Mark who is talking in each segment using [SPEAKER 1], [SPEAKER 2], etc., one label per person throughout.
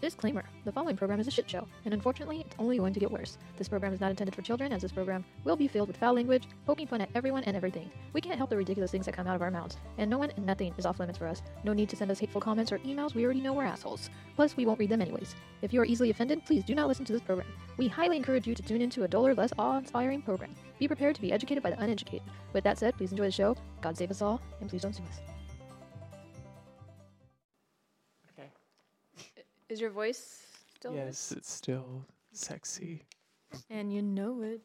[SPEAKER 1] Disclaimer The following program is a shit show, and unfortunately, it's only going to get worse. This program is not intended for children, as this program will be filled with foul language, poking fun at everyone and everything. We can't help the ridiculous things that come out of our mouths, and no one and nothing is off limits for us. No need to send us hateful comments or emails, we already know we're assholes. Plus, we won't read them anyways. If you are easily offended, please do not listen to this program. We highly encourage you to tune into a duller, less awe inspiring program. Be prepared to be educated by the uneducated. With that said, please enjoy the show. God save us all, and please don't sue us.
[SPEAKER 2] Okay.
[SPEAKER 3] Is your voice still?
[SPEAKER 2] Yes, it's still sexy.
[SPEAKER 3] And you know it.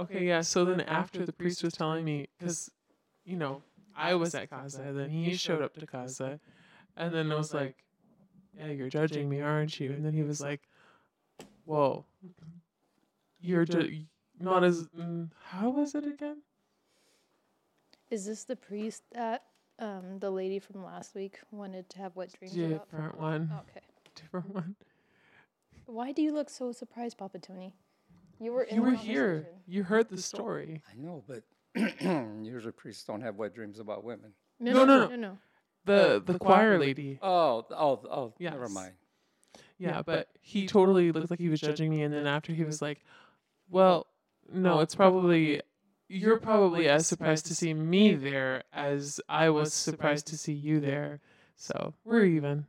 [SPEAKER 2] Okay, yeah. So then after the priest was telling me, because, you know, I was at Kaza, then he showed up to Kaza, and then I was like, yeah, you're judging me, aren't you? And then he was like, whoa, you're ju- not as. mm, How was it again?
[SPEAKER 3] Is this the priest that um, the lady from last week wanted to have wet dreams about?
[SPEAKER 2] Different one.
[SPEAKER 3] Okay.
[SPEAKER 2] Different one.
[SPEAKER 3] Why do you look so surprised, Papa Tony? You were in
[SPEAKER 2] You
[SPEAKER 3] the
[SPEAKER 2] were here.
[SPEAKER 3] conversation.
[SPEAKER 2] You heard the story.
[SPEAKER 4] I know, but usually priests don't have wet dreams about women.
[SPEAKER 2] No, no,
[SPEAKER 3] no, no.
[SPEAKER 2] The the choir lady.
[SPEAKER 4] Oh, th- oh, th- oh, never
[SPEAKER 2] Yes.
[SPEAKER 4] mind.
[SPEAKER 2] Yeah, but he totally looked like he was judging me. And then after he was like, well, no, it's probably, you're probably as surprised to see me there as I was surprised to see you there. So we're even.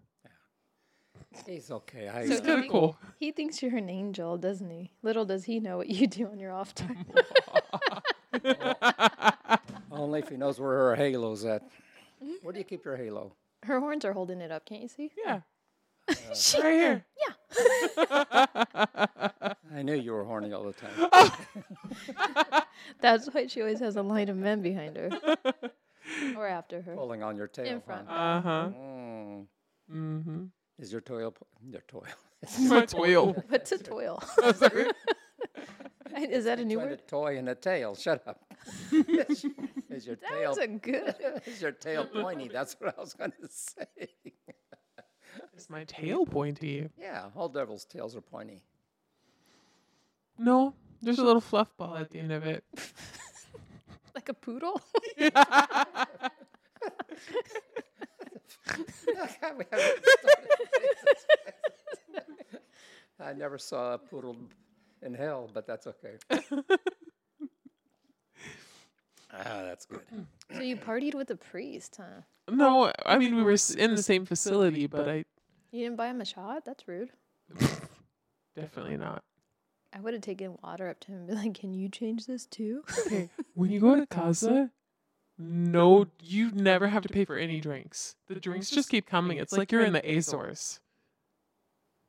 [SPEAKER 4] He's okay. I,
[SPEAKER 3] So
[SPEAKER 2] It's
[SPEAKER 4] uh,
[SPEAKER 3] do
[SPEAKER 2] kind
[SPEAKER 3] you-
[SPEAKER 2] of cool.
[SPEAKER 3] He thinks you're an angel, doesn't he? Little does he know what you do on your off time.
[SPEAKER 4] only if he knows where her halo's at.
[SPEAKER 3] Mm-hmm.
[SPEAKER 4] Where do you keep your halo?
[SPEAKER 3] Her horns are holding it up, can't you see?
[SPEAKER 2] Yeah. right here.
[SPEAKER 4] I knew you were horny all the time.
[SPEAKER 3] Oh. That's why she always has a line of men behind her. or after her.
[SPEAKER 4] Pulling on your tail.
[SPEAKER 3] In
[SPEAKER 4] huh?
[SPEAKER 3] front.
[SPEAKER 2] Uh huh.
[SPEAKER 4] Mm.
[SPEAKER 2] Mm-hmm.
[SPEAKER 4] Is your toil? po- Your toil.
[SPEAKER 2] My toil.
[SPEAKER 3] What's a toil?
[SPEAKER 2] I'm sorry.
[SPEAKER 3] Is that a new
[SPEAKER 4] Between a
[SPEAKER 3] word?
[SPEAKER 4] toy and a tail. Shut up. is, is your
[SPEAKER 3] That
[SPEAKER 4] tail?
[SPEAKER 3] was a good.
[SPEAKER 4] is your tail pointy? That's what I was going to say.
[SPEAKER 2] Is my tail pointy?
[SPEAKER 4] yeah, all devils' tails are pointy.
[SPEAKER 2] No, there's a little fluff ball at the end of it.
[SPEAKER 3] Like a poodle?
[SPEAKER 4] We haven't started. I never saw a poodle in hell, but that's okay. ah, Ah, that's good.
[SPEAKER 3] So you partied with a priest, huh?
[SPEAKER 2] No, I mean, we were s- in the same facility, but I
[SPEAKER 3] You didn't buy him a shot? That's rude.
[SPEAKER 2] definitely not.
[SPEAKER 3] I would have taken water up to him and be like, "Can you change this too?"
[SPEAKER 2] Okay, when you go to Casa, no, you never have to pay for any drinks. The drinks just keep coming. It's like you're in the Azores.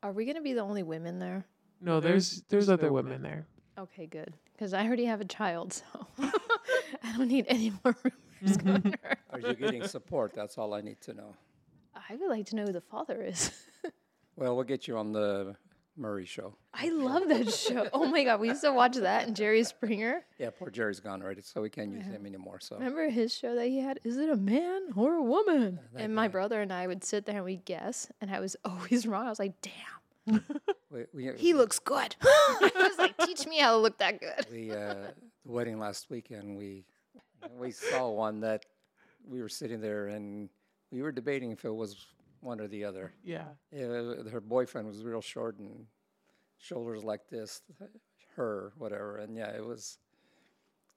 [SPEAKER 3] Are we gonna be the only women there?
[SPEAKER 2] No, there's there's other women there.
[SPEAKER 3] Okay, good. Because I already have a child, so I don't need any more rumors going around.
[SPEAKER 4] Are you getting support? That's all I need to know.
[SPEAKER 3] I would like to know who the father is.
[SPEAKER 4] Well, we'll get you on the Murray show.
[SPEAKER 3] I love that show. Oh my god, we used to watch that and Jerry Springer.
[SPEAKER 4] Yeah, poor Jerry's gone already, so we can't use him anymore. So
[SPEAKER 3] Remember his show that he had? Is it a man or a woman? And my brother and I would sit there and we'd guess, and I was always wrong. I was like, "Damn,
[SPEAKER 4] we, we,
[SPEAKER 3] he looks good." I was like, "Teach me how to look that good."
[SPEAKER 4] we uh, the wedding last weekend, we we saw one that we were sitting there and we were debating if it was one or the other.
[SPEAKER 2] Yeah.
[SPEAKER 4] Yeah, Uh, her boyfriend was real short and shoulders like this, her, whatever. And yeah, it was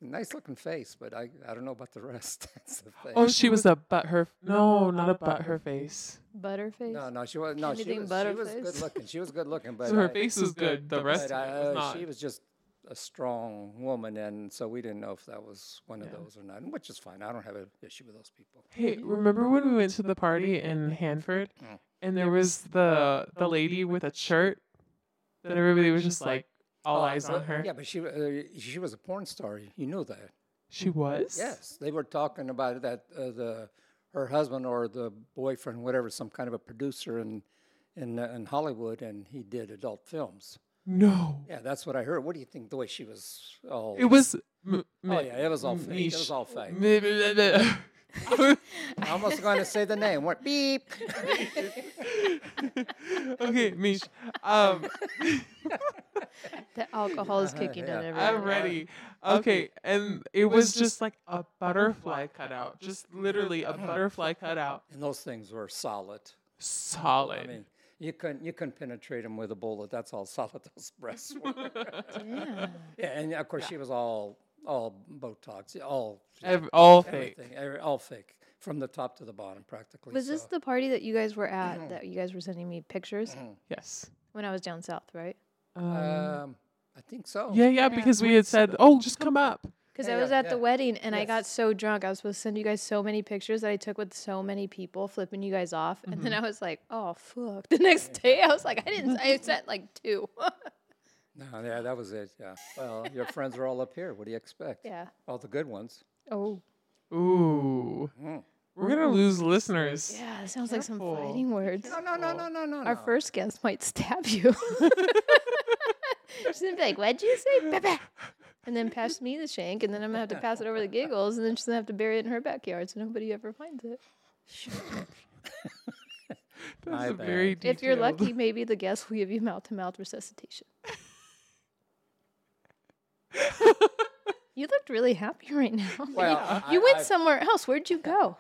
[SPEAKER 4] a nice looking face, but I, I don't know about the rest. That's the thing.
[SPEAKER 2] Oh, she was a butt her. No, not a butt her face.
[SPEAKER 3] Butterface.
[SPEAKER 4] no, no, she was no, she
[SPEAKER 3] Anything
[SPEAKER 4] was,
[SPEAKER 3] but
[SPEAKER 4] she
[SPEAKER 3] her
[SPEAKER 4] was good
[SPEAKER 3] face.
[SPEAKER 4] looking. She was good looking, but
[SPEAKER 2] So her
[SPEAKER 4] I-
[SPEAKER 2] face was good. The rest
[SPEAKER 4] but
[SPEAKER 2] of
[SPEAKER 4] I,
[SPEAKER 2] it was
[SPEAKER 4] uh,
[SPEAKER 2] not.
[SPEAKER 4] she was just a strong woman, and so we didn't know if that was one of those or not, and which is fine. I don't have an issue with those people.
[SPEAKER 2] Hey, remember when we went to the party in Hanford,
[SPEAKER 4] Mm.
[SPEAKER 2] and there was the the lady with a shirt that everybody was just like
[SPEAKER 3] Oh,
[SPEAKER 2] all eyes on her.
[SPEAKER 4] Yeah, but she wa- uh, she was a porn star. You knew that.
[SPEAKER 2] She was.
[SPEAKER 4] Yes, they were talking about that uh, the her husband or the boyfriend, whatever, some kind of a producer in in uh, in Hollywood, and he did adult films.
[SPEAKER 2] No.
[SPEAKER 4] Yeah, that's what I heard. What do you think? The way she was all
[SPEAKER 2] It was. M-
[SPEAKER 4] oh yeah, it was all fake. It
[SPEAKER 2] Mish.
[SPEAKER 4] was all fake.
[SPEAKER 2] okay,
[SPEAKER 4] I almost going to say the name. What beep?
[SPEAKER 2] Mish. Um,
[SPEAKER 3] The alcohol is kicking
[SPEAKER 4] yeah.
[SPEAKER 3] in everyone.
[SPEAKER 2] I'm ready. Okay, and it was just like a butterfly cutout, just literally a butterfly cutout.
[SPEAKER 4] And those things were solid.
[SPEAKER 2] solid.
[SPEAKER 4] I mean, you couldn't you couldn't penetrate him with a bullet. That's all solid those breasts were.
[SPEAKER 3] Yeah.
[SPEAKER 4] yeah, and of course she was all all Botox, yeah, all
[SPEAKER 2] Ev- all fake.
[SPEAKER 4] everything, every- all fake from the top to the bottom practically.
[SPEAKER 3] Was this
[SPEAKER 4] so-
[SPEAKER 3] the party that you guys were
[SPEAKER 4] Mm-hmm.
[SPEAKER 3] at that you guys were sending me pictures
[SPEAKER 2] Yes.
[SPEAKER 3] when I was down south, right?
[SPEAKER 2] Um,
[SPEAKER 4] Um, I think so.
[SPEAKER 2] yeah, yeah, because we had said, "Oh, just come up."
[SPEAKER 3] Because
[SPEAKER 4] Yeah,
[SPEAKER 3] I was
[SPEAKER 4] yeah,
[SPEAKER 3] at the
[SPEAKER 4] yeah.
[SPEAKER 3] wedding and I got
[SPEAKER 4] Yes.
[SPEAKER 3] so drunk. I was supposed to send you guys so many pictures that I took with so many people, flipping you guys off. And then I
[SPEAKER 4] Mm-hmm.
[SPEAKER 3] was like, oh, fuck. The next day, I was like, I didn't, I sent like two.
[SPEAKER 4] No, yeah, that was it. Yeah. Well, your friends are all up here. What do you expect?
[SPEAKER 3] yeah.
[SPEAKER 4] All the good ones.
[SPEAKER 3] Oh,
[SPEAKER 2] Ooh,
[SPEAKER 4] Hmm.
[SPEAKER 2] we're gonna lose listeners.
[SPEAKER 3] yeah. That sounds like some
[SPEAKER 2] Careful.
[SPEAKER 3] fighting words.
[SPEAKER 4] No, no, no, no, no, no.
[SPEAKER 3] Our
[SPEAKER 4] no.
[SPEAKER 3] first guest might stab you. She's gonna be like, "What'd you say?" Bah-bah." And then pass me the shank, and then I'm gonna have to pass it over the giggles, and then she's gonna have to bury it in her backyard so nobody ever finds it.
[SPEAKER 2] That's
[SPEAKER 4] My
[SPEAKER 2] a very
[SPEAKER 3] If you're
[SPEAKER 2] detailed-
[SPEAKER 3] lucky, maybe the guest will give you mouth-to-mouth resuscitation. you looked really happy right now.
[SPEAKER 4] Well,
[SPEAKER 3] you
[SPEAKER 4] I-
[SPEAKER 3] went
[SPEAKER 4] I-
[SPEAKER 3] somewhere else. Where'd you go?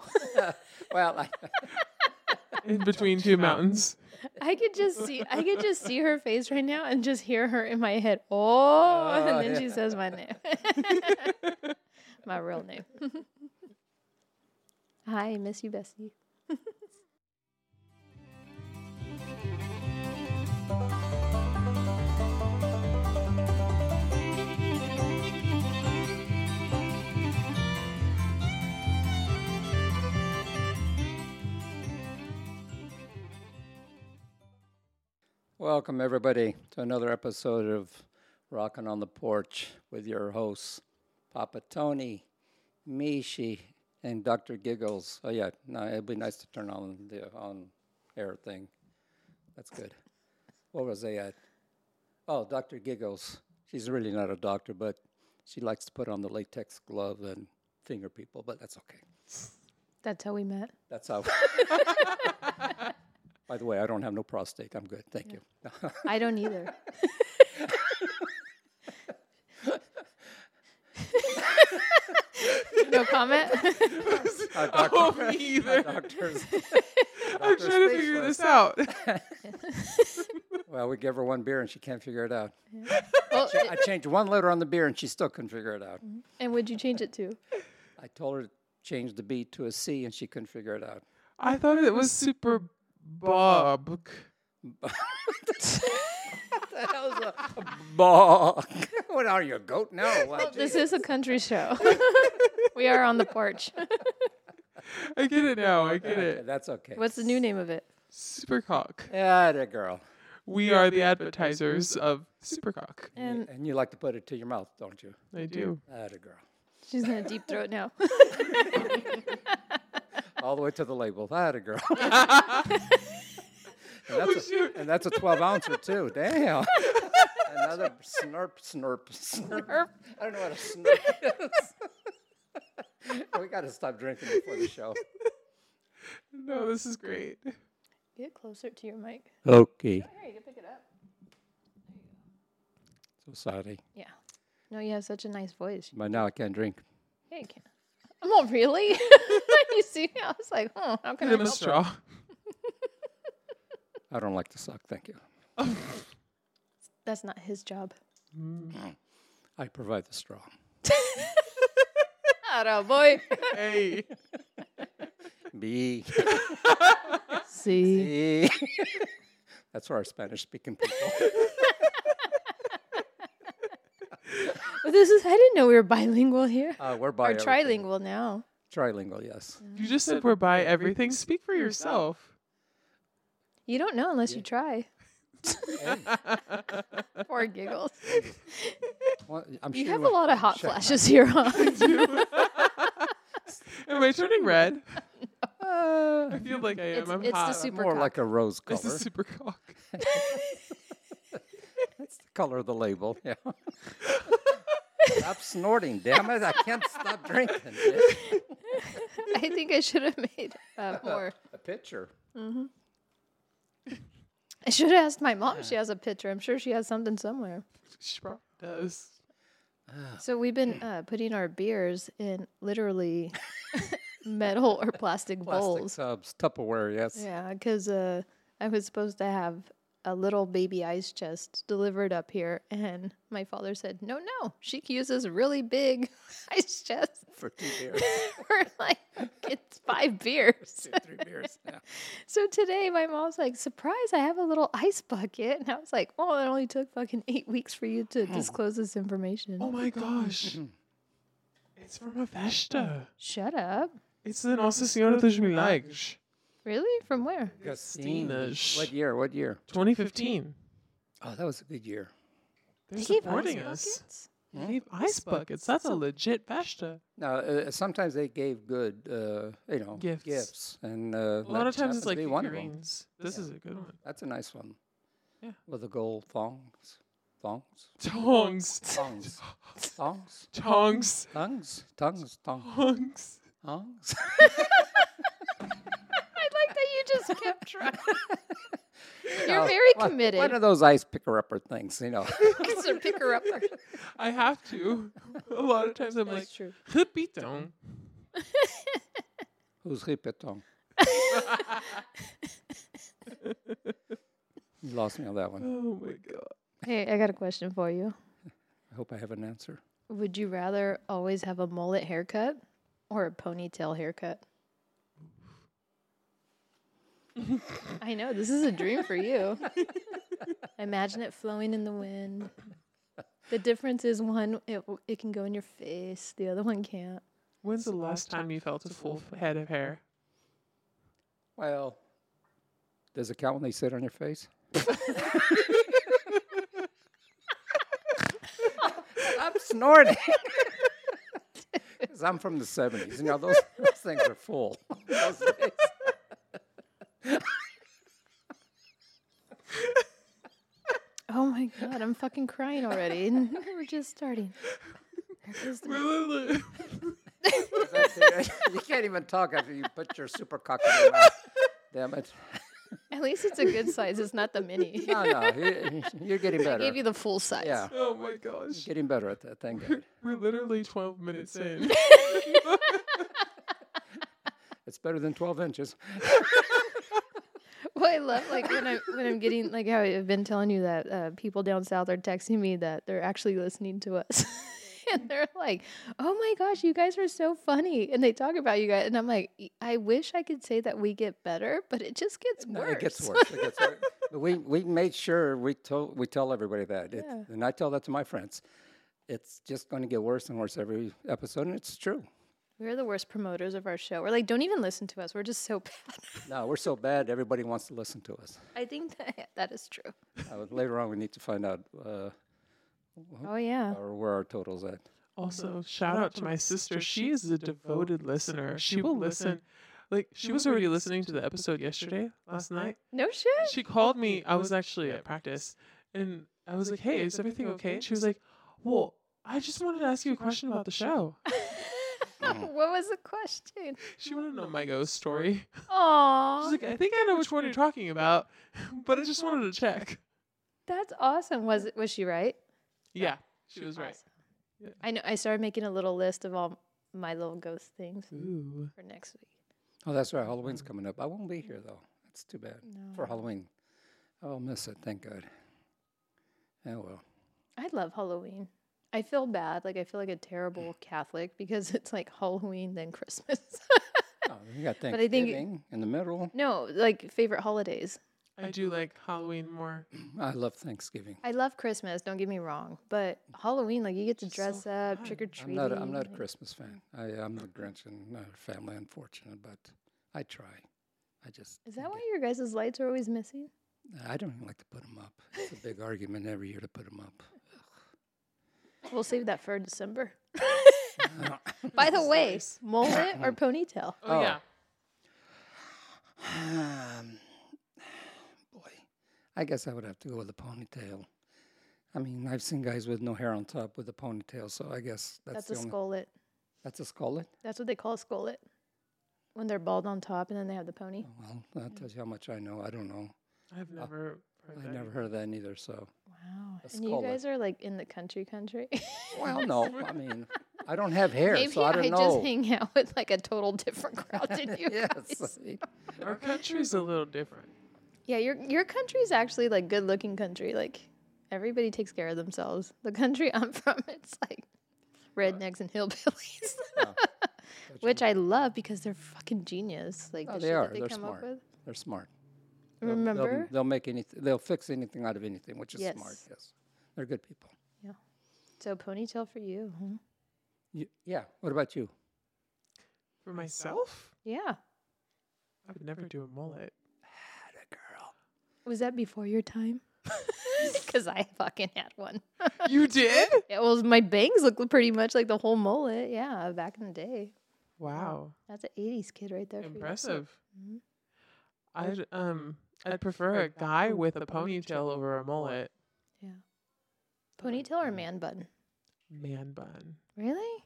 [SPEAKER 4] Well, I,
[SPEAKER 2] in between two mountains.
[SPEAKER 3] I could just see I could just see her face right now and just hear her in my head. Oh,
[SPEAKER 4] Oh,
[SPEAKER 3] and then
[SPEAKER 4] yeah.
[SPEAKER 3] she says my name. my real name. Hi, I miss you, Bessie.
[SPEAKER 4] welcome everybody to another episode of Rockin' on the Porch with your hosts, Papa Tony, Mishi, and Dr. Giggles. Oh yeah, no, it'd be nice to turn on the on air thing. That's good. What was I at? Oh, Dr. Giggles. She's really not a doctor, but she likes to put on the latex glove and finger people, but that's okay.
[SPEAKER 3] That's how we met.
[SPEAKER 4] That's how. By the way, I don't have no prostate. I'm good. Thank you.
[SPEAKER 3] I don't either. no comment?
[SPEAKER 4] Our doctor,
[SPEAKER 2] Oh, me either.
[SPEAKER 4] doctors,
[SPEAKER 2] I'm trying to figure this out.
[SPEAKER 4] well, we gave her one beer and she can't figure it out.
[SPEAKER 3] well,
[SPEAKER 4] I changed one letter on the beer and she still couldn't figure it out.
[SPEAKER 2] Mm-hmm.
[SPEAKER 3] and would you change it to?
[SPEAKER 4] I told her to change the B to a C and she couldn't figure it out.
[SPEAKER 2] I thought it was super Bob.
[SPEAKER 4] that was a bog. what are you, a goat? No. Well,
[SPEAKER 3] This is a country show. we are on the porch.
[SPEAKER 2] I get it now. I get it.
[SPEAKER 4] that's okay.
[SPEAKER 3] What's the new name of it?
[SPEAKER 2] Supercock.
[SPEAKER 4] Yeah, that girl.
[SPEAKER 2] We are the advertisers of Supercock.
[SPEAKER 3] And
[SPEAKER 4] And you like to put it to your mouth, don't you?
[SPEAKER 2] I do.
[SPEAKER 4] That girl.
[SPEAKER 3] she's gonna deep throat now.
[SPEAKER 4] All the way to the label. That girl. and,
[SPEAKER 2] Oh,
[SPEAKER 4] that's
[SPEAKER 2] shoot.
[SPEAKER 4] a, and that's a 12 ouncer, too. Damn. Another snurp, snurp, snurp. I don't know what a snurp is. we got to stop drinking before the show.
[SPEAKER 2] No, this is great.
[SPEAKER 3] Get closer to your mic.
[SPEAKER 4] Okay.
[SPEAKER 3] Here, you can pick it up.
[SPEAKER 4] So sorry.
[SPEAKER 3] Yeah. No, you have such a nice voice.
[SPEAKER 4] By now I can't drink.
[SPEAKER 3] Yeah, you can. Well, really? you see, I was like, oh, how can
[SPEAKER 2] Give him
[SPEAKER 3] I
[SPEAKER 2] a
[SPEAKER 3] help?
[SPEAKER 2] straw.
[SPEAKER 4] I don't like to suck. Thank you.
[SPEAKER 3] That's not his job.
[SPEAKER 4] I provide the straw.
[SPEAKER 3] Atta boy.
[SPEAKER 2] Hey.
[SPEAKER 4] B.
[SPEAKER 3] See?
[SPEAKER 4] B. That's for our Spanish speaking people.
[SPEAKER 3] Oh, This is, I didn't know we were bilingual here.
[SPEAKER 4] Uh, we're
[SPEAKER 3] Or
[SPEAKER 4] bi.
[SPEAKER 3] trilingual now.
[SPEAKER 4] Trilingual, yes.
[SPEAKER 2] You just said we're by everything. Speak for yourself.
[SPEAKER 3] You don't know unless you try. Poor giggles.
[SPEAKER 4] Well, I'm
[SPEAKER 3] You
[SPEAKER 4] sure
[SPEAKER 3] have a
[SPEAKER 4] we'll-
[SPEAKER 3] lot of hot
[SPEAKER 4] Shut up.
[SPEAKER 3] flashes here, huh?
[SPEAKER 2] Am I turning red?
[SPEAKER 4] Uh,
[SPEAKER 2] I feel like I am.
[SPEAKER 3] It's-
[SPEAKER 2] I'm
[SPEAKER 3] it's the
[SPEAKER 2] hot.
[SPEAKER 3] super-
[SPEAKER 4] more like a rose color.
[SPEAKER 2] This is Supercock.
[SPEAKER 4] That's the color of the label. Yeah. stop snorting, damn it! I can't stop drinking.
[SPEAKER 3] I think I should have made uh, more.
[SPEAKER 4] A picture.
[SPEAKER 3] I should have asked my mom if she has a picture. I'm sure she has something somewhere.
[SPEAKER 2] She probably does.
[SPEAKER 3] So we've been uh, putting our beers in literally metal or plastic
[SPEAKER 4] Plastic
[SPEAKER 3] bowls.
[SPEAKER 4] tubs, Tupperware, yes.
[SPEAKER 3] Yeah, because uh, I was supposed to have a little baby ice chest delivered up here, and my father said, "No, no, she uses really big ice chests
[SPEAKER 4] For two beers,
[SPEAKER 3] for like it's five beers."
[SPEAKER 4] two, three beers. Yeah.
[SPEAKER 3] So today, my mom's like, "Surprise! I have a little ice bucket," and I was like, "Oh, it only took fucking eight weeks for you to disclose this information."
[SPEAKER 2] Oh my gosh. it's from a festa.
[SPEAKER 3] Shut up!
[SPEAKER 2] It's the Nossa Senhora dos Milagres.
[SPEAKER 3] Really? From where?
[SPEAKER 2] Gastinas.
[SPEAKER 4] What year? What year?
[SPEAKER 2] 2015.
[SPEAKER 4] Oh, that was a good year.
[SPEAKER 2] They're
[SPEAKER 3] They gave ice
[SPEAKER 2] supporting us.
[SPEAKER 3] buckets?
[SPEAKER 2] They gave ice buckets. That's a legit festa.
[SPEAKER 4] Now, uh, sometimes they gave good, uh, you know,
[SPEAKER 2] Gifts.
[SPEAKER 4] gifts, and uh,
[SPEAKER 2] A lot of times it's like
[SPEAKER 4] one of 'em.
[SPEAKER 2] figurines. This is a good one.
[SPEAKER 4] That's a nice one.
[SPEAKER 2] Yeah.
[SPEAKER 4] With the gold thongs, thongs,
[SPEAKER 2] Tongs.
[SPEAKER 4] thongs, thongs,
[SPEAKER 2] Tongs.
[SPEAKER 4] tongues, tongues, tongs,
[SPEAKER 2] Tongs.
[SPEAKER 4] tongs.
[SPEAKER 3] I like that you just kept trying. You're
[SPEAKER 4] No,
[SPEAKER 3] very
[SPEAKER 4] one-
[SPEAKER 3] committed.
[SPEAKER 4] One of those ice picker upper things, you know.
[SPEAKER 3] It's a picker upper.
[SPEAKER 2] I have to. a lot of times I'm like,
[SPEAKER 3] That's true.
[SPEAKER 2] Repitão.
[SPEAKER 4] Who's Ripetong? you lost me on that one.
[SPEAKER 2] Oh my god.
[SPEAKER 3] Hey, I got a question for you.
[SPEAKER 4] I hope I have an answer.
[SPEAKER 3] Would you rather always have a mullet haircut or a ponytail haircut? I know this is a dream for you. Imagine it flowing in the wind. The difference is one it, w- it can go in your face, the other one can't.
[SPEAKER 2] When's the last time you felt a full f- head of hair?
[SPEAKER 4] Well, does it count when they sit on your face? I'm snorting. Because I'm from the 70s. You know, those, those things are full. Those days.
[SPEAKER 3] Oh my god, I'm fucking crying already. We're just starting. There goes the-
[SPEAKER 4] you can't even talk after you put your super cock in your mouth. Damn it.
[SPEAKER 3] At least it's a good size. It's not the mini.
[SPEAKER 4] No, no. you- You're getting
[SPEAKER 3] I
[SPEAKER 4] better.
[SPEAKER 3] gave you the full size.
[SPEAKER 4] yeah.
[SPEAKER 2] oh my gosh.
[SPEAKER 4] Getting better at that. Thank God.
[SPEAKER 2] We're literally 12 minutes in.
[SPEAKER 4] It's better than 12 inches.
[SPEAKER 3] Well, I love like when I'm when I'm getting like how I've been telling you that uh, people down south are texting me that they're actually listening to us. And they're like, "Oh my gosh, you guys are so funny!" And they talk about you guys, and I'm like, "Y- "I wish I could say that we get better, but it just gets
[SPEAKER 4] No,
[SPEAKER 3] worse."
[SPEAKER 4] It gets worse. It gets worse. But we we made sure we told we tell everybody that, It-
[SPEAKER 3] Yeah.
[SPEAKER 4] and I tell that to my friends. It's just going to get worse and worse every episode, and it's true.
[SPEAKER 3] We're the worst promoters of our show. We're like, "Don't even listen to us. We're just so bad."
[SPEAKER 4] No, we're so bad. Everybody wants to listen to us.
[SPEAKER 3] I think that that is true.
[SPEAKER 4] Uh, later on, we need to find out uh,
[SPEAKER 3] Oh yeah,
[SPEAKER 4] or where our totals at.
[SPEAKER 2] Also, shout out to my sister. She is a devoted listener. She will listen. Like, she was already listening to the episode yesterday, last night.
[SPEAKER 3] no shit.
[SPEAKER 2] She called me. I was actually at practice. And I was like, hey, is everything okay? And she was like, well, I just wanted to ask you a question about the show.
[SPEAKER 4] mm.
[SPEAKER 3] what was the question?
[SPEAKER 2] She wanted to know my ghost story.
[SPEAKER 3] Aw,
[SPEAKER 2] She's like, I think I know which one you're talking about, but I just wanted to check.
[SPEAKER 3] that's awesome. Was it? Was she right?
[SPEAKER 2] Yeah, she was right.
[SPEAKER 3] I know. I started making a little list of all my little ghost things
[SPEAKER 4] Mm.
[SPEAKER 2] Ooh.
[SPEAKER 3] for next week.
[SPEAKER 4] Oh, that's right. Halloween's
[SPEAKER 3] Mm.
[SPEAKER 4] coming up. I won't be here though. That's too bad for Halloween. I'll miss it. Thank God. Oh well.
[SPEAKER 3] I love Halloween. I feel bad. Like I feel like a
[SPEAKER 4] Mm.
[SPEAKER 3] terrible Catholic because it's like Halloween then Christmas.
[SPEAKER 4] Oh, you got
[SPEAKER 3] I think-
[SPEAKER 4] Thanksgiving in the middle.
[SPEAKER 3] no, like favorite holidays.
[SPEAKER 2] I do like Oh, Halloween more.
[SPEAKER 4] I love Thanksgiving.
[SPEAKER 3] I love Christmas. Don't get me wrong, but Halloween, like you get to
[SPEAKER 2] It's so
[SPEAKER 3] dress up, trick or
[SPEAKER 4] I'm
[SPEAKER 3] treating.
[SPEAKER 4] not. A, I'm not a Christmas fan. I, I'm the Grinch and our family, unfortunate, but I try. I just.
[SPEAKER 3] Is that
[SPEAKER 4] think
[SPEAKER 3] why your guys' lights are always missing?
[SPEAKER 4] it- I don't even like to put them up. It's a big argument every year to put them up.
[SPEAKER 3] We'll save that for December.
[SPEAKER 4] No.
[SPEAKER 3] By the way, mullet or ponytail?
[SPEAKER 2] Oh,
[SPEAKER 4] Oh.
[SPEAKER 2] yeah.
[SPEAKER 4] um, boy, I guess I would have to go with a ponytail. I mean, I've seen guys with no hair on top with a ponytail, so I guess
[SPEAKER 3] That's,
[SPEAKER 4] that's, the
[SPEAKER 3] a
[SPEAKER 4] only.
[SPEAKER 3] skullet.
[SPEAKER 4] That's a skullet.
[SPEAKER 3] That's what they call a skullet. When they're bald on top and then they have the pony.
[SPEAKER 4] Well,
[SPEAKER 3] Mm.
[SPEAKER 4] that tells you how much I know. I don't know.
[SPEAKER 2] I've never heard
[SPEAKER 4] I
[SPEAKER 2] that.
[SPEAKER 4] never heard of that either. So,
[SPEAKER 3] Wow.
[SPEAKER 4] A
[SPEAKER 3] and you
[SPEAKER 4] skullet.
[SPEAKER 3] guys are like in the country country.
[SPEAKER 4] well, no, I mean, I don't have hair,
[SPEAKER 3] Maybe
[SPEAKER 4] so I don't know.
[SPEAKER 3] just hang out with like a total different crowd than you guys.
[SPEAKER 4] yes.
[SPEAKER 2] Our country's a little different.
[SPEAKER 3] Yeah, your your country's actually like good looking country. Like everybody takes care of themselves. The country I'm from, it's like rednecks and hillbillies, which I love because they're fucking genius. Like
[SPEAKER 4] Oh,
[SPEAKER 3] the
[SPEAKER 4] they
[SPEAKER 3] shit
[SPEAKER 4] are.
[SPEAKER 3] That they
[SPEAKER 4] They're
[SPEAKER 3] come
[SPEAKER 4] smart.
[SPEAKER 3] up with.
[SPEAKER 4] They're smart. They'll- they'll-
[SPEAKER 3] Remember?
[SPEAKER 4] They'll, make anything. They'll fix anything out of anything, which is smart.
[SPEAKER 3] Yes.
[SPEAKER 4] Yes. They're good people.
[SPEAKER 3] So ponytail for you. huh?
[SPEAKER 4] You, yeah. What about you?
[SPEAKER 2] For myself,
[SPEAKER 3] Yeah.
[SPEAKER 2] I would never do a mullet.
[SPEAKER 3] Was that before your time? Because I fucking had one.
[SPEAKER 2] You did?
[SPEAKER 3] It was my bangs look pretty much like the whole mullet. Yeah, back in the day.
[SPEAKER 2] Wow,
[SPEAKER 3] That's an '80s kid right there. for you.
[SPEAKER 2] impressive.
[SPEAKER 3] Mhm.
[SPEAKER 2] Mm-hmm. I'd um, I'd prefer a guy with a ponytail over a mullet.
[SPEAKER 3] Ponytail or man bun?
[SPEAKER 2] Man bun.
[SPEAKER 3] Really?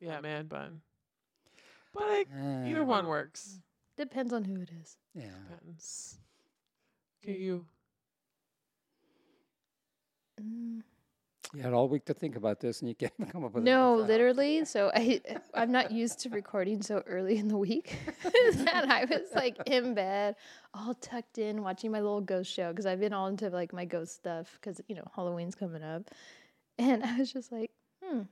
[SPEAKER 2] Yeah, man bun. But I, Mm.
[SPEAKER 4] Uh,
[SPEAKER 2] either one works.
[SPEAKER 3] Depends on who it is.
[SPEAKER 4] Yeah.
[SPEAKER 2] Depends. Okay, you.
[SPEAKER 3] Mm.
[SPEAKER 4] You had all week to think about this, and you can't come up with.
[SPEAKER 3] No,
[SPEAKER 4] anything.
[SPEAKER 3] literally. So I, I'm not used to recording so early in the week that I was like in bed, all tucked in, watching my little ghost show because I've been all into like my ghost stuff because you know Halloween's coming up, and I was just like, hmm,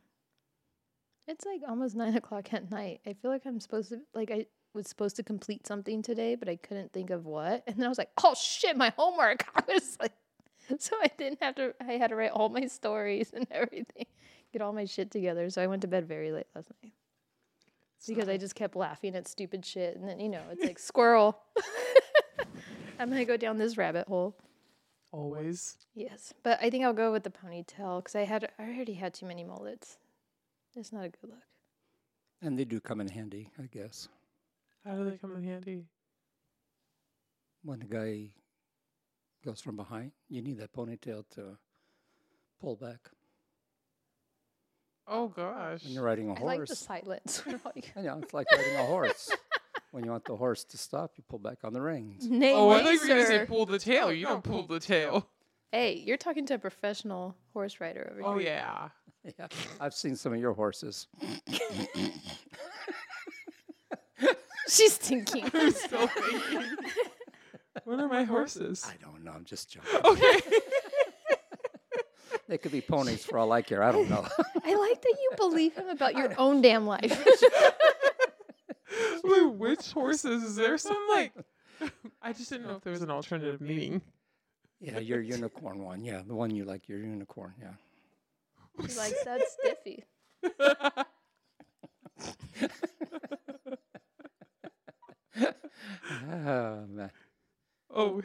[SPEAKER 3] it's like almost nine o'clock at night. I feel like I'm supposed to like I was supposed to complete something today, but I couldn't think of what, and then I was like, oh shit, my homework. I was like. So I didn't have to. I had to write all my stories and everything get all my shit together. So I went to bed very late last night because I just kept laughing at stupid shit. And then, you know, it's like squirrel. I'm going to go down this rabbit hole.
[SPEAKER 2] Always.
[SPEAKER 3] Yes. But I think I'll go with the ponytail because I had, I already had too many mullets. It's not a good look.
[SPEAKER 4] And they do come in handy, I guess.
[SPEAKER 2] How do they come in handy?
[SPEAKER 4] When the guy goes from behind, you need that ponytail to pull back.
[SPEAKER 2] Oh gosh.
[SPEAKER 4] When you're riding a
[SPEAKER 3] I like the
[SPEAKER 4] horse,
[SPEAKER 3] silence.
[SPEAKER 2] Oh,
[SPEAKER 4] you know, it's like riding a horse. When you want the horse to stop, you pull back on the reins.
[SPEAKER 3] Nay,
[SPEAKER 2] Oh, I
[SPEAKER 3] nay,
[SPEAKER 2] think you were gonna say
[SPEAKER 3] sir.
[SPEAKER 2] pull the tail. You don't pull the tail.
[SPEAKER 3] Hey, you're talking to a professional horse rider over
[SPEAKER 2] Oh
[SPEAKER 3] here.
[SPEAKER 2] yeah.
[SPEAKER 4] Yeah, I've seen some of your horses.
[SPEAKER 3] She's thinking.
[SPEAKER 2] Still thinking. What are my horses?
[SPEAKER 4] I don't know. I'm just joking.
[SPEAKER 2] Okay.
[SPEAKER 4] They could be ponies for all I care. I don't know.
[SPEAKER 3] I like that you believe him about your own damn life.
[SPEAKER 2] Wait, which horses? Is there some like? I just didn't know if there was an alternative meaning.
[SPEAKER 4] yeah, your unicorn one. Yeah, the one you like, your unicorn. Yeah.
[SPEAKER 3] She likes that stiffy.
[SPEAKER 4] Oh, man.
[SPEAKER 2] Oh,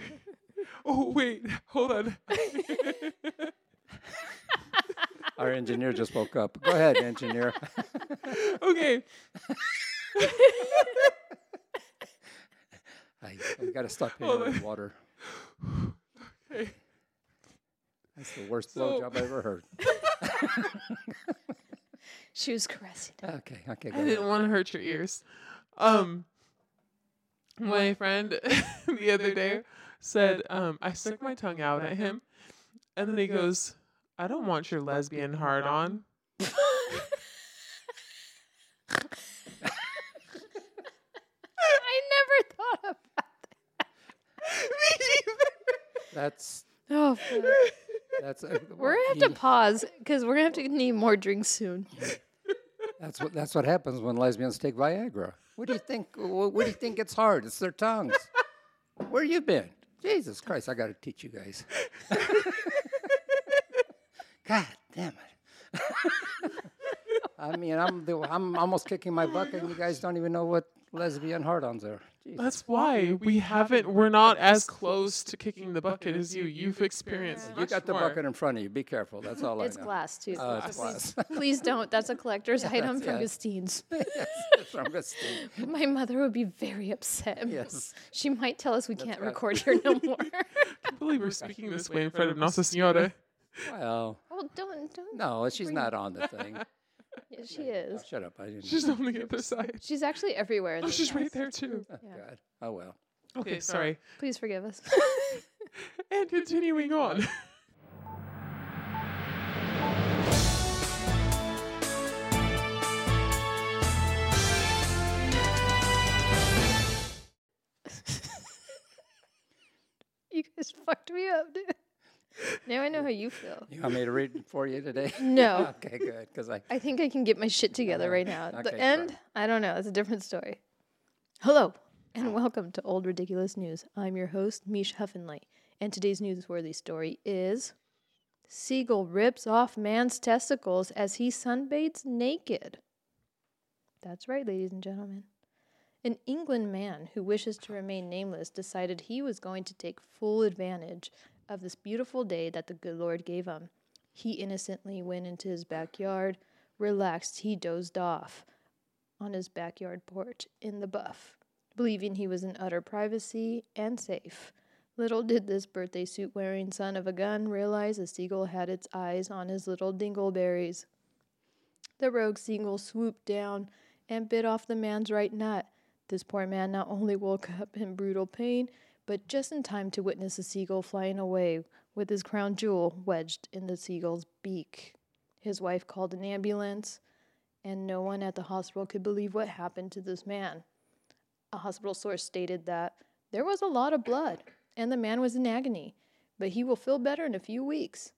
[SPEAKER 2] oh wait, hold on.
[SPEAKER 4] Our engineer just woke up. Go ahead, engineer.
[SPEAKER 2] Okay,
[SPEAKER 4] I, I got to stop
[SPEAKER 2] Hold
[SPEAKER 4] hitting with
[SPEAKER 2] on.
[SPEAKER 4] water.
[SPEAKER 2] okay.
[SPEAKER 4] That's the worst
[SPEAKER 2] So-
[SPEAKER 4] blowjob I ever heard.
[SPEAKER 3] She was caressing him.
[SPEAKER 4] Okay, okay. Go
[SPEAKER 2] I
[SPEAKER 4] ahead.
[SPEAKER 2] didn't want to hurt your ears. Um, my friend the other day said, um, I stuck my tongue out at him, and then he goes, "I don't want your lesbian hard on."
[SPEAKER 3] I never thought of that.
[SPEAKER 4] That's
[SPEAKER 3] Oh, fuck.
[SPEAKER 4] that's uh,
[SPEAKER 3] we're gonna have
[SPEAKER 4] he-
[SPEAKER 3] to pause because we're gonna have to need more drinks soon.
[SPEAKER 4] That's what that's what happens when lesbians take Viagra. What do you think? What, what do you think gets hard? It's their tongues. Where you been? Jesus Christ! I got to teach you guys. God damn it! I mean, I'm the, I'm almost kicking my butt, and you guys don't even know what lesbian hard-ons are. Jeez.
[SPEAKER 2] That's why we haven't. We're not as close to kicking the bucket as you. You've experienced.
[SPEAKER 4] You
[SPEAKER 2] much
[SPEAKER 4] got the
[SPEAKER 2] more.
[SPEAKER 4] bucket in front of you. Be careful. That's all
[SPEAKER 3] It's
[SPEAKER 4] I know.
[SPEAKER 3] glass too.
[SPEAKER 4] Oh, it's glass.
[SPEAKER 3] Please don't. That's a collector's item
[SPEAKER 4] that's-
[SPEAKER 3] from
[SPEAKER 4] yeah.
[SPEAKER 3] Gustine's.
[SPEAKER 4] yes, it's from Christine.
[SPEAKER 3] My mother would be very upset.
[SPEAKER 4] Yes.
[SPEAKER 3] She might tell us we can't
[SPEAKER 4] right.
[SPEAKER 3] record here no more.
[SPEAKER 2] I can't believe we're speaking this way in front of Nossa Senhora.
[SPEAKER 4] Well,
[SPEAKER 3] well, Oh, don't don't.
[SPEAKER 4] no, she's not on the thing.
[SPEAKER 3] Yeah, she is.
[SPEAKER 4] Shut up! I didn't.
[SPEAKER 2] She's on the other side.
[SPEAKER 3] She's actually everywhere. in
[SPEAKER 2] Oh,
[SPEAKER 3] this
[SPEAKER 2] she's right
[SPEAKER 3] house.
[SPEAKER 2] there too.
[SPEAKER 4] Oh,
[SPEAKER 3] Yeah.
[SPEAKER 4] God. Oh well.
[SPEAKER 2] Okay, sorry.
[SPEAKER 3] Please forgive us.
[SPEAKER 2] And continuing on.
[SPEAKER 3] you guys fucked me up, dude. Now I know how you feel.
[SPEAKER 4] You want me to read for you today?
[SPEAKER 3] No.
[SPEAKER 4] okay, good. Because I
[SPEAKER 3] I think I can get my shit together
[SPEAKER 4] know.
[SPEAKER 3] right now. At the
[SPEAKER 4] Okay,
[SPEAKER 3] end, I don't know. It's a different story. Hello, and welcome to Old Ridiculous News. I'm your host, Mish Huffenley, and today's newsworthy story is Seagull rips off man's testicles as he sunbathes naked. That's right, ladies and gentlemen. An England man who wishes to remain nameless decided he was going to take full advantage of this beautiful day that the good Lord gave him. He innocently went into his backyard. Relaxed, he dozed off on his backyard porch in the buff, believing he was in utter privacy and safe. Little did this birthday suit wearing son of a gun realize a seagull had its eyes on his little dingleberries. The rogue seagull swooped down and bit off the man's right nut. This poor man not only woke up in brutal pain, but just in time to witness the seagull flying away with his crown jewel wedged in the seagull's beak. His wife called an ambulance, and no one at the hospital could believe what happened to this man. A hospital source stated that there was a lot of blood, and the man was in agony, but he will feel better in a few weeks.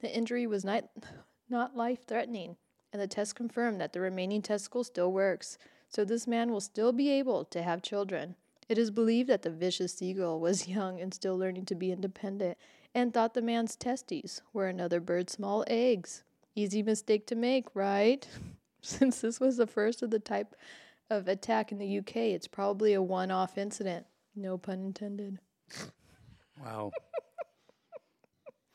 [SPEAKER 3] The injury was not, not life threatening, and the test confirmed that the remaining testicle still works, so this man will still be able to have children. It is believed that the vicious seagull was young and still learning to be independent, and thought the man's testes were another bird's small eggs. Easy mistake to make, right? Since this was the first of the type of attack in the UK, it's probably a one off incident. No pun intended.
[SPEAKER 4] wow.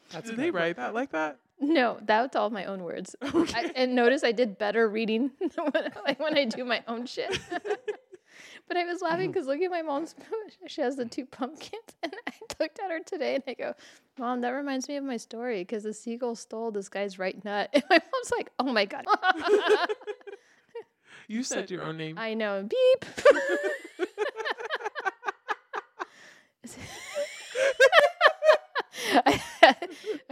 [SPEAKER 4] That's
[SPEAKER 2] Did they write that like that?
[SPEAKER 3] No, that's all my own words. I, and notice I did better reading than when, like when I do my own shit. but I was laughing because look at my mom's. She has the two pumpkins, and I looked at her today and I go, "Mom, that reminds me of my story because the seagull stole this guy's right nut." And my mom's like, "Oh my god."
[SPEAKER 2] You said your own name.
[SPEAKER 3] I know. Beep. I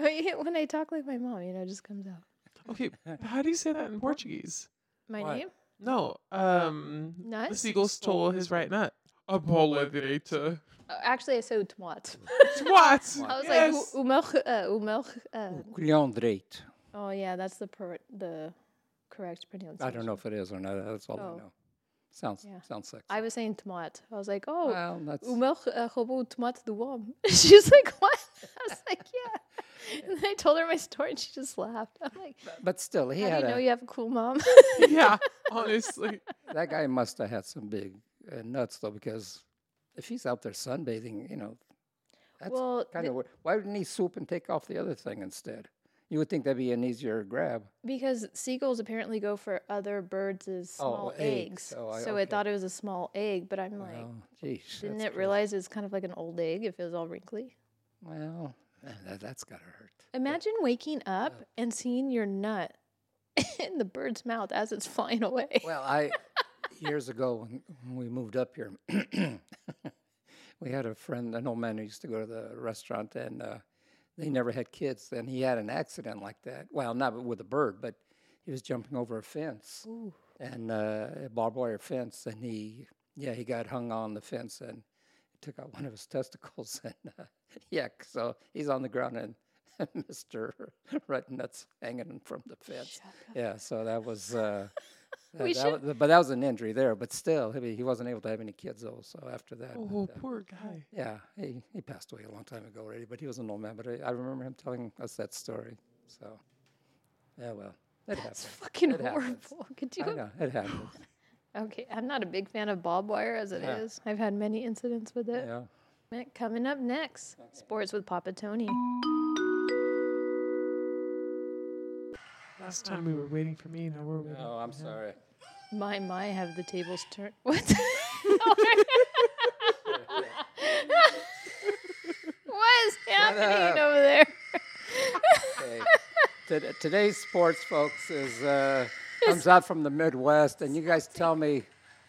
[SPEAKER 3] mean, when I talk like my mom, you know, it just comes out.
[SPEAKER 2] Okay, how do you say that in Portuguese?
[SPEAKER 3] My
[SPEAKER 4] What?
[SPEAKER 3] name?
[SPEAKER 2] No, um, the
[SPEAKER 3] Nut?
[SPEAKER 2] seagull stole his right nut. A bola direita.
[SPEAKER 3] Oh, actually, I said twat.
[SPEAKER 2] What?
[SPEAKER 3] I was
[SPEAKER 2] yes.
[SPEAKER 3] like, umel, uh, umel,
[SPEAKER 4] Hmm.
[SPEAKER 3] uh.
[SPEAKER 4] Grion Dreit.
[SPEAKER 3] Oh, yeah, that's the per- the correct pronunciation.
[SPEAKER 4] I don't know if it is or not. That's all
[SPEAKER 3] Oh.
[SPEAKER 4] I know. Sounds
[SPEAKER 3] Yeah.
[SPEAKER 4] sounds sexy.
[SPEAKER 3] I was saying twat. I was like, oh,
[SPEAKER 4] well, that's
[SPEAKER 3] Umel gewoon tomaat de worm. She's like, what? I was like, yeah. And then I told her my story and she just laughed. I'm like,
[SPEAKER 4] but still he
[SPEAKER 3] how
[SPEAKER 4] had
[SPEAKER 3] do you know
[SPEAKER 4] a,
[SPEAKER 3] you have a cool mom?
[SPEAKER 2] yeah, honestly. Oh,
[SPEAKER 4] that guy must have had some big uh, nuts though because if he's out there sunbathing, you know, that's
[SPEAKER 3] well,
[SPEAKER 4] kind of weird. Why wouldn't he swoop and take off the other thing instead? You would think that'd be an easier grab.
[SPEAKER 3] because seagulls apparently go for other birds' small eggs.
[SPEAKER 4] eggs. Oh, I-
[SPEAKER 3] so
[SPEAKER 4] okay.
[SPEAKER 3] it thought it was a small egg, but I'm like,
[SPEAKER 4] Well, geez,
[SPEAKER 3] didn't
[SPEAKER 4] that's
[SPEAKER 3] it
[SPEAKER 4] crazy.
[SPEAKER 3] realize it's kind of like an old egg if it was all wrinkly?
[SPEAKER 4] Well, that- that, that's gotta hurt.
[SPEAKER 3] Imagine waking up and seeing your nut in the bird's mouth as it's flying away.
[SPEAKER 4] Well, I years ago when, when we moved up here, we had a friend, an old man who used to go to the restaurant, and uh, they never had kids. And he had an accident like that. Well, not with a bird, but he was jumping over a fence
[SPEAKER 3] Ooh.
[SPEAKER 4] and uh, a barbed wire fence, and he yeah he got hung on the fence and took out one of his testicles and uh, yeah so he's on the ground and. Mr. Rutnut's hanging from the fence. Yeah, so that was uh, Uh,
[SPEAKER 3] We
[SPEAKER 4] that
[SPEAKER 3] should-
[SPEAKER 4] wa- but that was an injury there. But still, he, he wasn't able to have any kids though. So after that, but,
[SPEAKER 2] Oh,
[SPEAKER 4] uh,
[SPEAKER 2] poor guy.
[SPEAKER 4] yeah, he, he passed away a long time ago already. But he was an old man. But I, I remember him telling us that story. So yeah, well, it
[SPEAKER 3] It's
[SPEAKER 4] happens.
[SPEAKER 3] fucking
[SPEAKER 4] It happens.
[SPEAKER 3] horrible. Could you
[SPEAKER 4] I know it happens.
[SPEAKER 3] Okay, I'm not a big fan of barbed wire as it
[SPEAKER 4] Yeah.
[SPEAKER 3] is. I've had many incidents with it.
[SPEAKER 4] yeah.
[SPEAKER 3] Matt, Coming up next, sports with Papa Tony.
[SPEAKER 2] Last time we were waiting for me, now we're waiting.
[SPEAKER 4] Oh, I'm sorry.
[SPEAKER 3] My my, have the tables turned. What? what is
[SPEAKER 4] up.
[SPEAKER 3] happening over there?
[SPEAKER 4] Okay. Tod- Today's sports, folks, is uh, comes out from the Midwest, and you guys tell me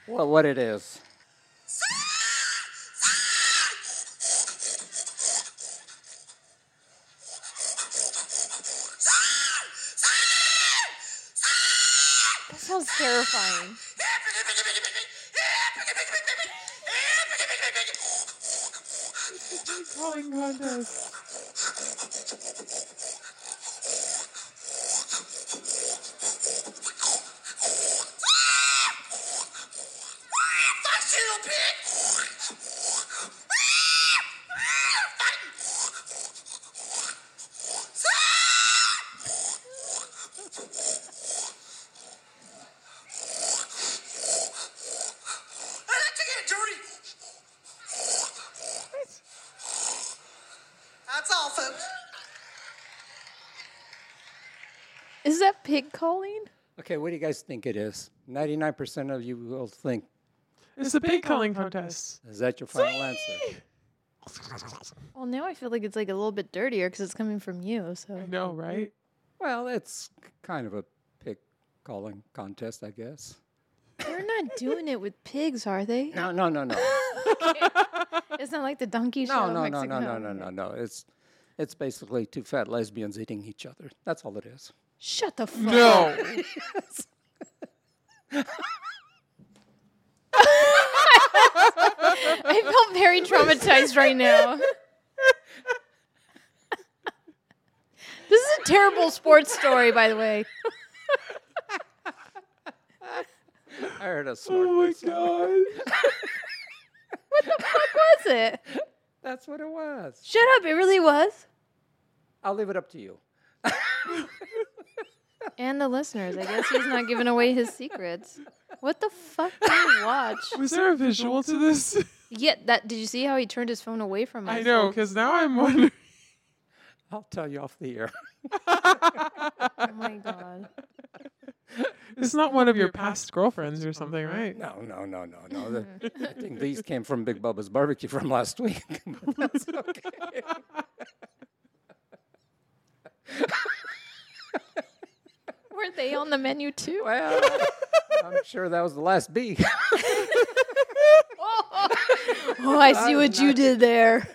[SPEAKER 4] what what it is.
[SPEAKER 3] That sounds terrifying.
[SPEAKER 2] Calling contest.
[SPEAKER 5] That's all, folks.
[SPEAKER 3] Is that pig calling?
[SPEAKER 4] Okay, what do you guys think it is? Ninety-nine percent of you will think
[SPEAKER 2] It's a pig calling contest.
[SPEAKER 4] is that your final answer?
[SPEAKER 3] Well, now I feel like it's like a little bit dirtier because it's coming from you. So
[SPEAKER 2] I know, right?
[SPEAKER 4] Well, it's k- kind of a pig calling contest, I guess.
[SPEAKER 3] they're not doing it with pigs, are they?
[SPEAKER 4] No, no, no, no,
[SPEAKER 3] It's not like the donkey show.
[SPEAKER 4] no,
[SPEAKER 3] in
[SPEAKER 4] no, no,
[SPEAKER 3] Mexico.
[SPEAKER 4] no, no, no, no, no. It's it's basically two fat lesbians eating each other. That's all it is.
[SPEAKER 3] Shut the fuck up.
[SPEAKER 2] No.
[SPEAKER 3] I feel very traumatized right now. this is a terrible sports story, by the way.
[SPEAKER 4] I heard a snort.
[SPEAKER 2] oh my god.
[SPEAKER 3] Was it?
[SPEAKER 4] That's what it was.
[SPEAKER 3] Shut up! It really was.
[SPEAKER 4] I'll leave it up to you.
[SPEAKER 3] And the listeners, I guess he's not giving away his secrets. What the fuck did you watch?
[SPEAKER 2] Was there a visual to this?
[SPEAKER 3] Yeah, that. Did you see how he turned his phone away from us?
[SPEAKER 2] I know, because now I'm wondering.
[SPEAKER 4] I'll tell you off the air.
[SPEAKER 3] Oh my god.
[SPEAKER 2] It's not one of your past girlfriends or something, right?
[SPEAKER 4] No, no, no, no, no. The- I think these came from Big Bubba's barbecue from last week. but that's okay.
[SPEAKER 3] Were they on the menu too?
[SPEAKER 4] Well, I'm sure that was the last B.
[SPEAKER 3] Oh, I see what you did there.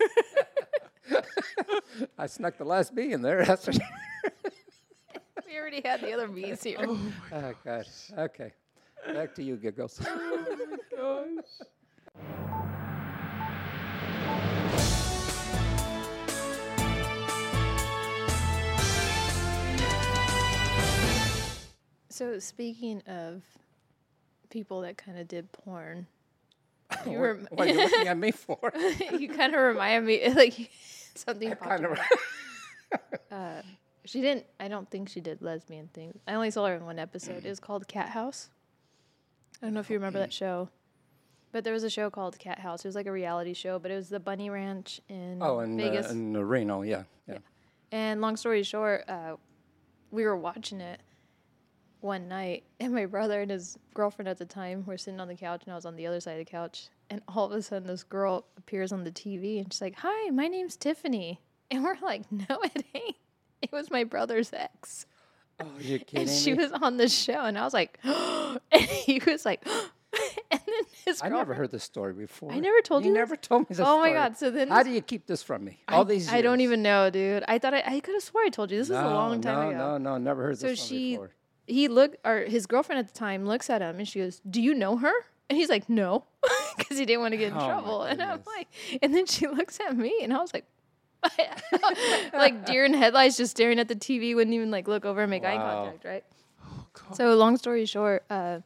[SPEAKER 4] I snuck the last B in there. That's what.
[SPEAKER 3] we already had the other bees here.
[SPEAKER 4] Oh God. Okay. Back to you, Giggles.
[SPEAKER 3] So speaking of people that kind of did porn, you, rem-
[SPEAKER 4] what are you looking at me for?
[SPEAKER 3] you kind of reminded me like something. popped
[SPEAKER 4] kind
[SPEAKER 3] in
[SPEAKER 4] of.
[SPEAKER 3] my- She didn't. I don't think she did lesbian things. I only saw her in one episode. It was called Cat House. I don't know if you remember that show, but there was a show called Cat House. It was like a reality show, but it was the Bunny Ranch in
[SPEAKER 4] Oh, and
[SPEAKER 3] Vegas.
[SPEAKER 4] uh, and uh, Reno. Yeah. Yeah.
[SPEAKER 3] And long story short, uh, we were watching it one night, and my brother and his girlfriend at the time were sitting on the couch, and I was on the other side of the couch. And all of a sudden, this girl appears on the TV, and she's like, "Hi, my name's Tiffany," and we're like, "No, it ain't. It was my brother's ex,
[SPEAKER 4] Oh, you're kidding
[SPEAKER 3] and she
[SPEAKER 4] me?
[SPEAKER 3] was on the show." And I was like, and he was like, and then his
[SPEAKER 4] I
[SPEAKER 3] girlfriend-
[SPEAKER 4] never heard this story before.
[SPEAKER 3] never told
[SPEAKER 4] you.
[SPEAKER 3] you this?
[SPEAKER 4] never told me this.
[SPEAKER 3] Oh my
[SPEAKER 4] story.
[SPEAKER 3] God, so then
[SPEAKER 4] how
[SPEAKER 3] this-
[SPEAKER 4] do you keep this from me? All these.
[SPEAKER 3] I don't
[SPEAKER 4] years?
[SPEAKER 3] even know, dude. I thought I, I could have swore I told you. This was
[SPEAKER 4] no,
[SPEAKER 3] a long time
[SPEAKER 4] no,
[SPEAKER 3] ago.
[SPEAKER 4] No, no, never heard
[SPEAKER 3] So
[SPEAKER 4] this one
[SPEAKER 3] she,
[SPEAKER 4] before.
[SPEAKER 3] he look or his girlfriend at the time looks at him and she goes, "Do you know her?" And he's like, "No," because he didn't want to get in
[SPEAKER 4] Oh, my
[SPEAKER 3] trouble. And I'm
[SPEAKER 4] goodness.
[SPEAKER 3] like, and then she looks at me and I was like, like deer in headlights, just staring at the TV, wouldn't even like look over and make eye
[SPEAKER 4] Wow. Oh,
[SPEAKER 3] contact, right? so long story short, uh,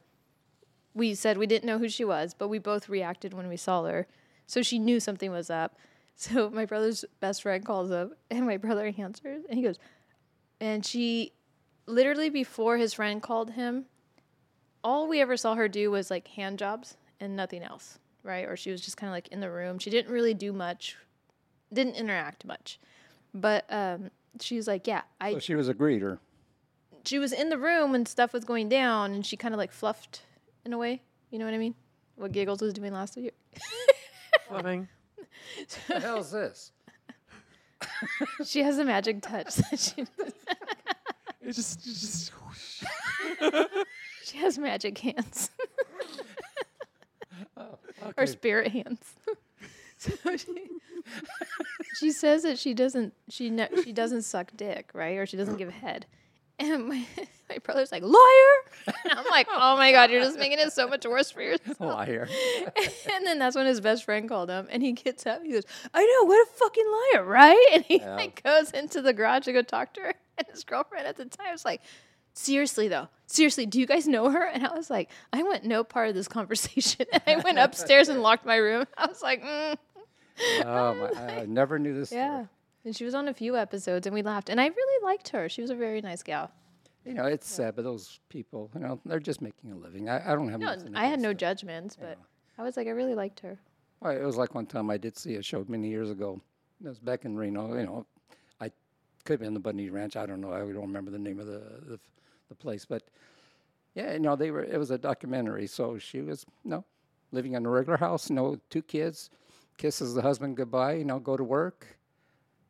[SPEAKER 3] we said we didn't know who she was, but we both reacted when we saw her. So she knew something was up. So my brother's best friend calls up, and my brother answers, and he goes, and she literally before his friend called him, all we ever saw her do was like hand jobs and nothing else, right? Or she was just kind of like in the room. She didn't really do much, didn't interact much. But um, she's like, yeah, I
[SPEAKER 4] So she was a greeter.
[SPEAKER 3] she was in the room when stuff was going down and she kind of like fluffed in a way. You know what I mean? What Giggles was doing last year.
[SPEAKER 2] Loving.
[SPEAKER 4] What the hell's this?
[SPEAKER 3] she has a magic touch. that she,
[SPEAKER 2] It just, it just whoosh.
[SPEAKER 3] she has magic hands or spirit hands. so she, she says that she doesn't she ne- she doesn't suck dick, right? Or she doesn't give head. And my, my brother's like, lawyer. And I'm like, oh my God, you're just making it so much worse for yourself.
[SPEAKER 4] Liar.
[SPEAKER 3] and then that's when his best friend called him and he gets up. He goes, I know, what a fucking liar, right? And he
[SPEAKER 4] Yeah.
[SPEAKER 3] like goes into the garage to go talk to her. And his girlfriend at the time was like, Seriously though, seriously, do you guys know her? And I was like, I want no part of this conversation. And I went upstairs and locked my room. I was like, mm,
[SPEAKER 4] Oh, my, I I never knew this. story.
[SPEAKER 3] yeah. And she was on a few episodes and we laughed. And I really liked her. She was a very nice gal.
[SPEAKER 4] You know, it's sad, but those people, you know, they're just making a living. I, I don't have
[SPEAKER 3] No,
[SPEAKER 4] nothing
[SPEAKER 3] I had
[SPEAKER 4] against
[SPEAKER 3] no
[SPEAKER 4] it.
[SPEAKER 3] judgments, but I was like, I really liked her.
[SPEAKER 4] Well, it was like one time I did see a show many years ago. It was back in Reno. You know, I could have been the Bundy Ranch. I don't know. I don't remember the name of the the, f- the place, but yeah, you know, they were. It was a documentary. So she was you know, living in a regular house. You know, two kids, kisses the husband goodbye. You know, go to work,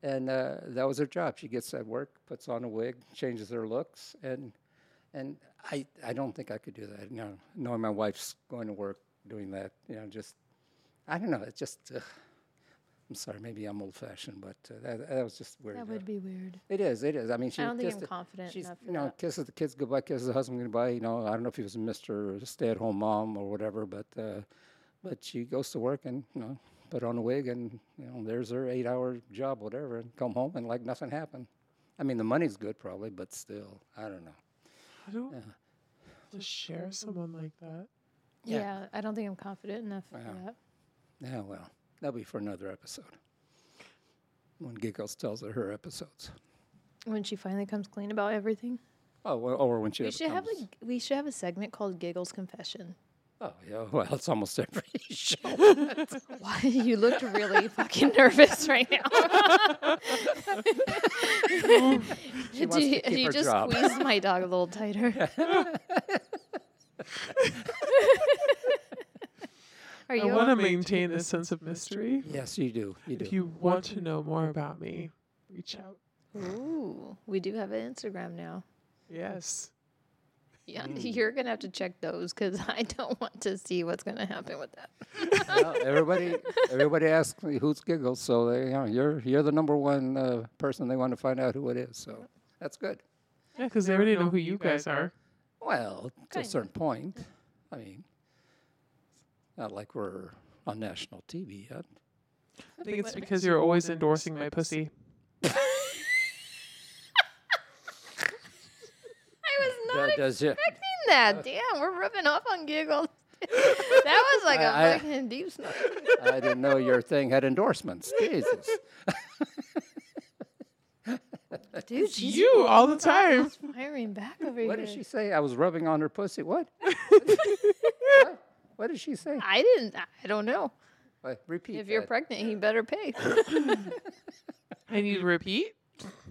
[SPEAKER 4] and uh, that was her job. She gets at work, puts on a wig, changes her looks, and and I I don't think I could do that. You know, knowing my wife's going to work doing that. You know, just I don't know. It's just, ugh. I'm sorry, maybe I'm old fashioned, but uh, that, that was just weird.
[SPEAKER 3] That would be weird.
[SPEAKER 4] it is, it is. I mean, she
[SPEAKER 3] I don't think
[SPEAKER 4] kissed
[SPEAKER 3] I'm
[SPEAKER 4] the-
[SPEAKER 3] confident
[SPEAKER 4] she's,
[SPEAKER 3] enough for
[SPEAKER 4] you know,
[SPEAKER 3] that.
[SPEAKER 4] kisses the kids goodbye, kisses the husband goodbye. You know, I don't know if he was Mr. stay at home mom or whatever, but uh, but she goes to work and, you know, put on a wig and, you know, there's her eight hour job, whatever, and come home and like nothing happened. I mean, the money's good probably, but still, I don't know.
[SPEAKER 2] I don't to share someone like that.
[SPEAKER 3] Yeah.
[SPEAKER 4] Yeah.
[SPEAKER 3] I don't think I'm confident enough for
[SPEAKER 4] Wow.
[SPEAKER 3] that.
[SPEAKER 4] Yeah, Ah, well, that'll be for another episode. When Giggles tells her her episodes.
[SPEAKER 3] When she finally comes clean about everything,
[SPEAKER 4] Oh, well, or when she
[SPEAKER 3] we
[SPEAKER 4] ever
[SPEAKER 3] should have
[SPEAKER 4] comes.
[SPEAKER 3] like we should have a segment called Giggles Confession.
[SPEAKER 4] Oh yeah, well, it's almost every show.
[SPEAKER 3] Why you looked really fucking nervous right now?
[SPEAKER 4] She wants
[SPEAKER 3] Do
[SPEAKER 4] to
[SPEAKER 3] you,
[SPEAKER 4] keep
[SPEAKER 3] you
[SPEAKER 4] her
[SPEAKER 3] just
[SPEAKER 4] job.
[SPEAKER 3] squeezed my dog a little tighter. Are
[SPEAKER 2] I
[SPEAKER 3] you?
[SPEAKER 2] want to
[SPEAKER 3] all-
[SPEAKER 2] maintain this sense of mystery.
[SPEAKER 4] Yes, you do. You do.
[SPEAKER 2] If you want to know more about me, reach out.
[SPEAKER 3] Ooh, we do have an Instagram now.
[SPEAKER 2] Yes.
[SPEAKER 3] Yeah,
[SPEAKER 4] Hmm.
[SPEAKER 3] you're gonna have to check those because I don't want to see what's gonna happen with that.
[SPEAKER 4] Well, everybody, everybody asks me who's Giggles, so they, you know, you're you're the number one uh, person they want to find out who it is. So that's good.
[SPEAKER 2] Yeah, because they already know who you guys are.
[SPEAKER 4] Well, to
[SPEAKER 3] Kind
[SPEAKER 4] a certain point, I mean, not like we're on national TV yet.
[SPEAKER 2] I think it's because you're always endorsing my pussy.
[SPEAKER 3] I was not
[SPEAKER 4] Does- does it?
[SPEAKER 3] expecting that. Damn, we're ripping off on giggles. that was like a
[SPEAKER 4] I- I-
[SPEAKER 3] fucking deep snort.
[SPEAKER 4] I didn't know your thing had endorsements. Jesus.
[SPEAKER 3] Dude, she's
[SPEAKER 2] You all the time.
[SPEAKER 3] firing back over
[SPEAKER 4] What
[SPEAKER 3] here.
[SPEAKER 4] did she say? I was rubbing on her pussy. What? what? What did she say?
[SPEAKER 3] I didn't. I don't know.
[SPEAKER 4] Wait, repeat.
[SPEAKER 3] If you're
[SPEAKER 4] that.
[SPEAKER 3] pregnant, he better pay.
[SPEAKER 2] I need to repeat.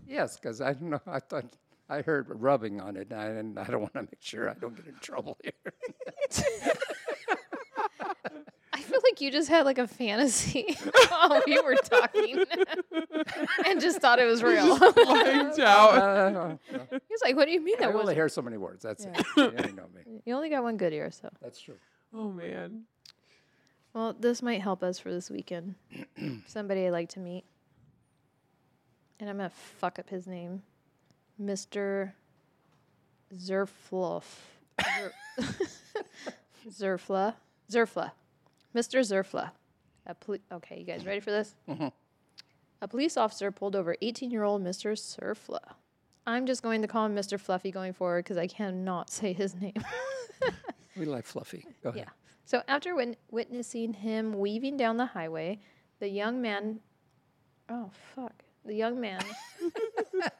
[SPEAKER 4] Yes, because I don't know. I thought I heard rubbing on it, and I, and I don't want to make sure I don't get in trouble here.
[SPEAKER 3] I feel like you just had like a fantasy while we were talking, and just thought it was real. He
[SPEAKER 2] Blanked out.
[SPEAKER 4] Uh, no.
[SPEAKER 3] was like, "What do you mean
[SPEAKER 4] I
[SPEAKER 3] that
[SPEAKER 4] only
[SPEAKER 3] was?"
[SPEAKER 4] hear so many words. That's it. You already know me.
[SPEAKER 3] You only got one good ear, so.
[SPEAKER 4] That's true.
[SPEAKER 2] Oh, man.
[SPEAKER 3] Well, this might help us for this weekend. Somebody I'd like to meet. And I'm going to fuck up his name. Mr. Zerfluff. Zer- Zerfla. Zerfla. Mr. Zerfla. A poli- okay, you guys ready for this? A police officer pulled over 18 year old Mr. Zerfla. I'm just going to call him Mr. Fluffy going forward because I cannot say his name.
[SPEAKER 4] We like Fluffy. Go ahead.
[SPEAKER 3] Yeah. So after win- witnessing him weaving down the highway, the young man. Oh fuck! The young man.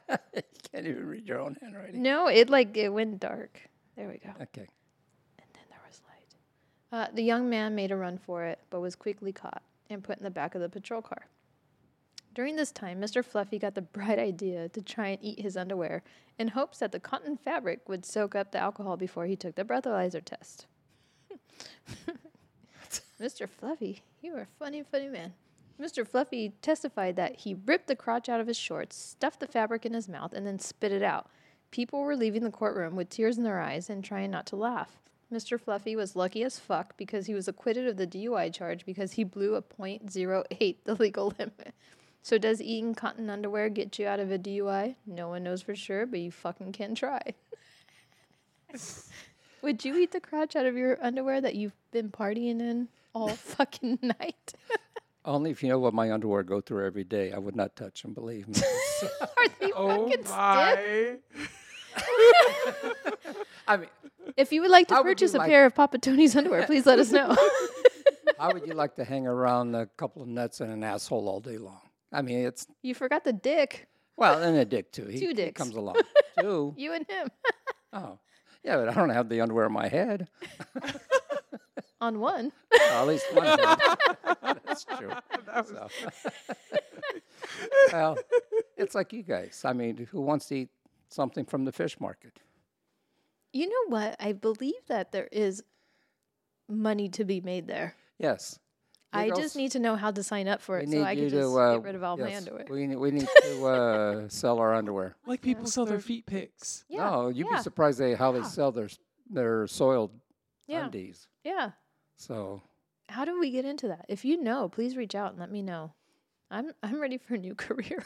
[SPEAKER 4] You can't even read your own handwriting.
[SPEAKER 3] no, it like it went dark. There we go.
[SPEAKER 4] Okay.
[SPEAKER 3] And then there was light. Uh, the young man made a run for it, but was quickly caught and put in the back of the patrol car. During this time, Mr. Fluffy got the bright idea to try and eat his underwear in hopes that the cotton fabric would soak up the alcohol before he took the breathalyzer test. Mr. Fluffy, you are a funny, funny man. Mr. Fluffy testified that he ripped the crotch out of his shorts, stuffed the fabric in his mouth, and then spit it out. People were leaving the courtroom with tears in their eyes and trying not to laugh. Mr. Fluffy was lucky as fuck because he was acquitted of the DUI charge because he blew a .08 the legal limit. So does eating cotton underwear get you out of a DUI? No one knows for sure, but you fucking can try. Would you eat the crotch out of your underwear that you've been partying in all fucking night?
[SPEAKER 4] Only if you know what my underwear go through every day. I would not touch them, believe me.
[SPEAKER 3] Are they
[SPEAKER 2] Oh
[SPEAKER 3] fucking stiff?
[SPEAKER 2] my!
[SPEAKER 4] I mean,
[SPEAKER 3] If you would like to
[SPEAKER 4] How would you
[SPEAKER 3] purchase a
[SPEAKER 4] like-
[SPEAKER 3] pair of Papa Tony's underwear, please let us know.
[SPEAKER 4] how would you like to hang around a couple of nuts and an asshole all day long? I mean, it's
[SPEAKER 3] you forgot the dick.
[SPEAKER 4] well, and a dick too. He,
[SPEAKER 3] Two
[SPEAKER 4] he
[SPEAKER 3] dicks.
[SPEAKER 4] comes along. Two.
[SPEAKER 3] You and him
[SPEAKER 4] Oh, yeah, but I don't have the underwear on my head.
[SPEAKER 3] on one.
[SPEAKER 4] Well, at least one. Head. That's true. So. well, it's like you guys. I mean, who wants to eat something from the fish market?
[SPEAKER 3] You know what? I believe that there is money to be made there.
[SPEAKER 4] Yes.
[SPEAKER 3] I
[SPEAKER 4] Giggles.
[SPEAKER 3] just need to know how to sign up for
[SPEAKER 4] We
[SPEAKER 3] it
[SPEAKER 4] need
[SPEAKER 3] so I
[SPEAKER 4] you
[SPEAKER 3] can just
[SPEAKER 4] to uh,
[SPEAKER 3] get rid of all my
[SPEAKER 4] yes,
[SPEAKER 3] underwear.
[SPEAKER 4] We need, we need to uh, sell our underwear.
[SPEAKER 2] Like people sell their feet pics.
[SPEAKER 3] Yeah.
[SPEAKER 4] No, you'd
[SPEAKER 3] yeah,
[SPEAKER 4] be surprised they, how they sell their s- their soiled
[SPEAKER 3] Yeah.
[SPEAKER 4] undies.
[SPEAKER 3] Yeah.
[SPEAKER 4] So
[SPEAKER 3] How do we get into that? If you know, please reach out and let me know. I'm I'm ready for a new career.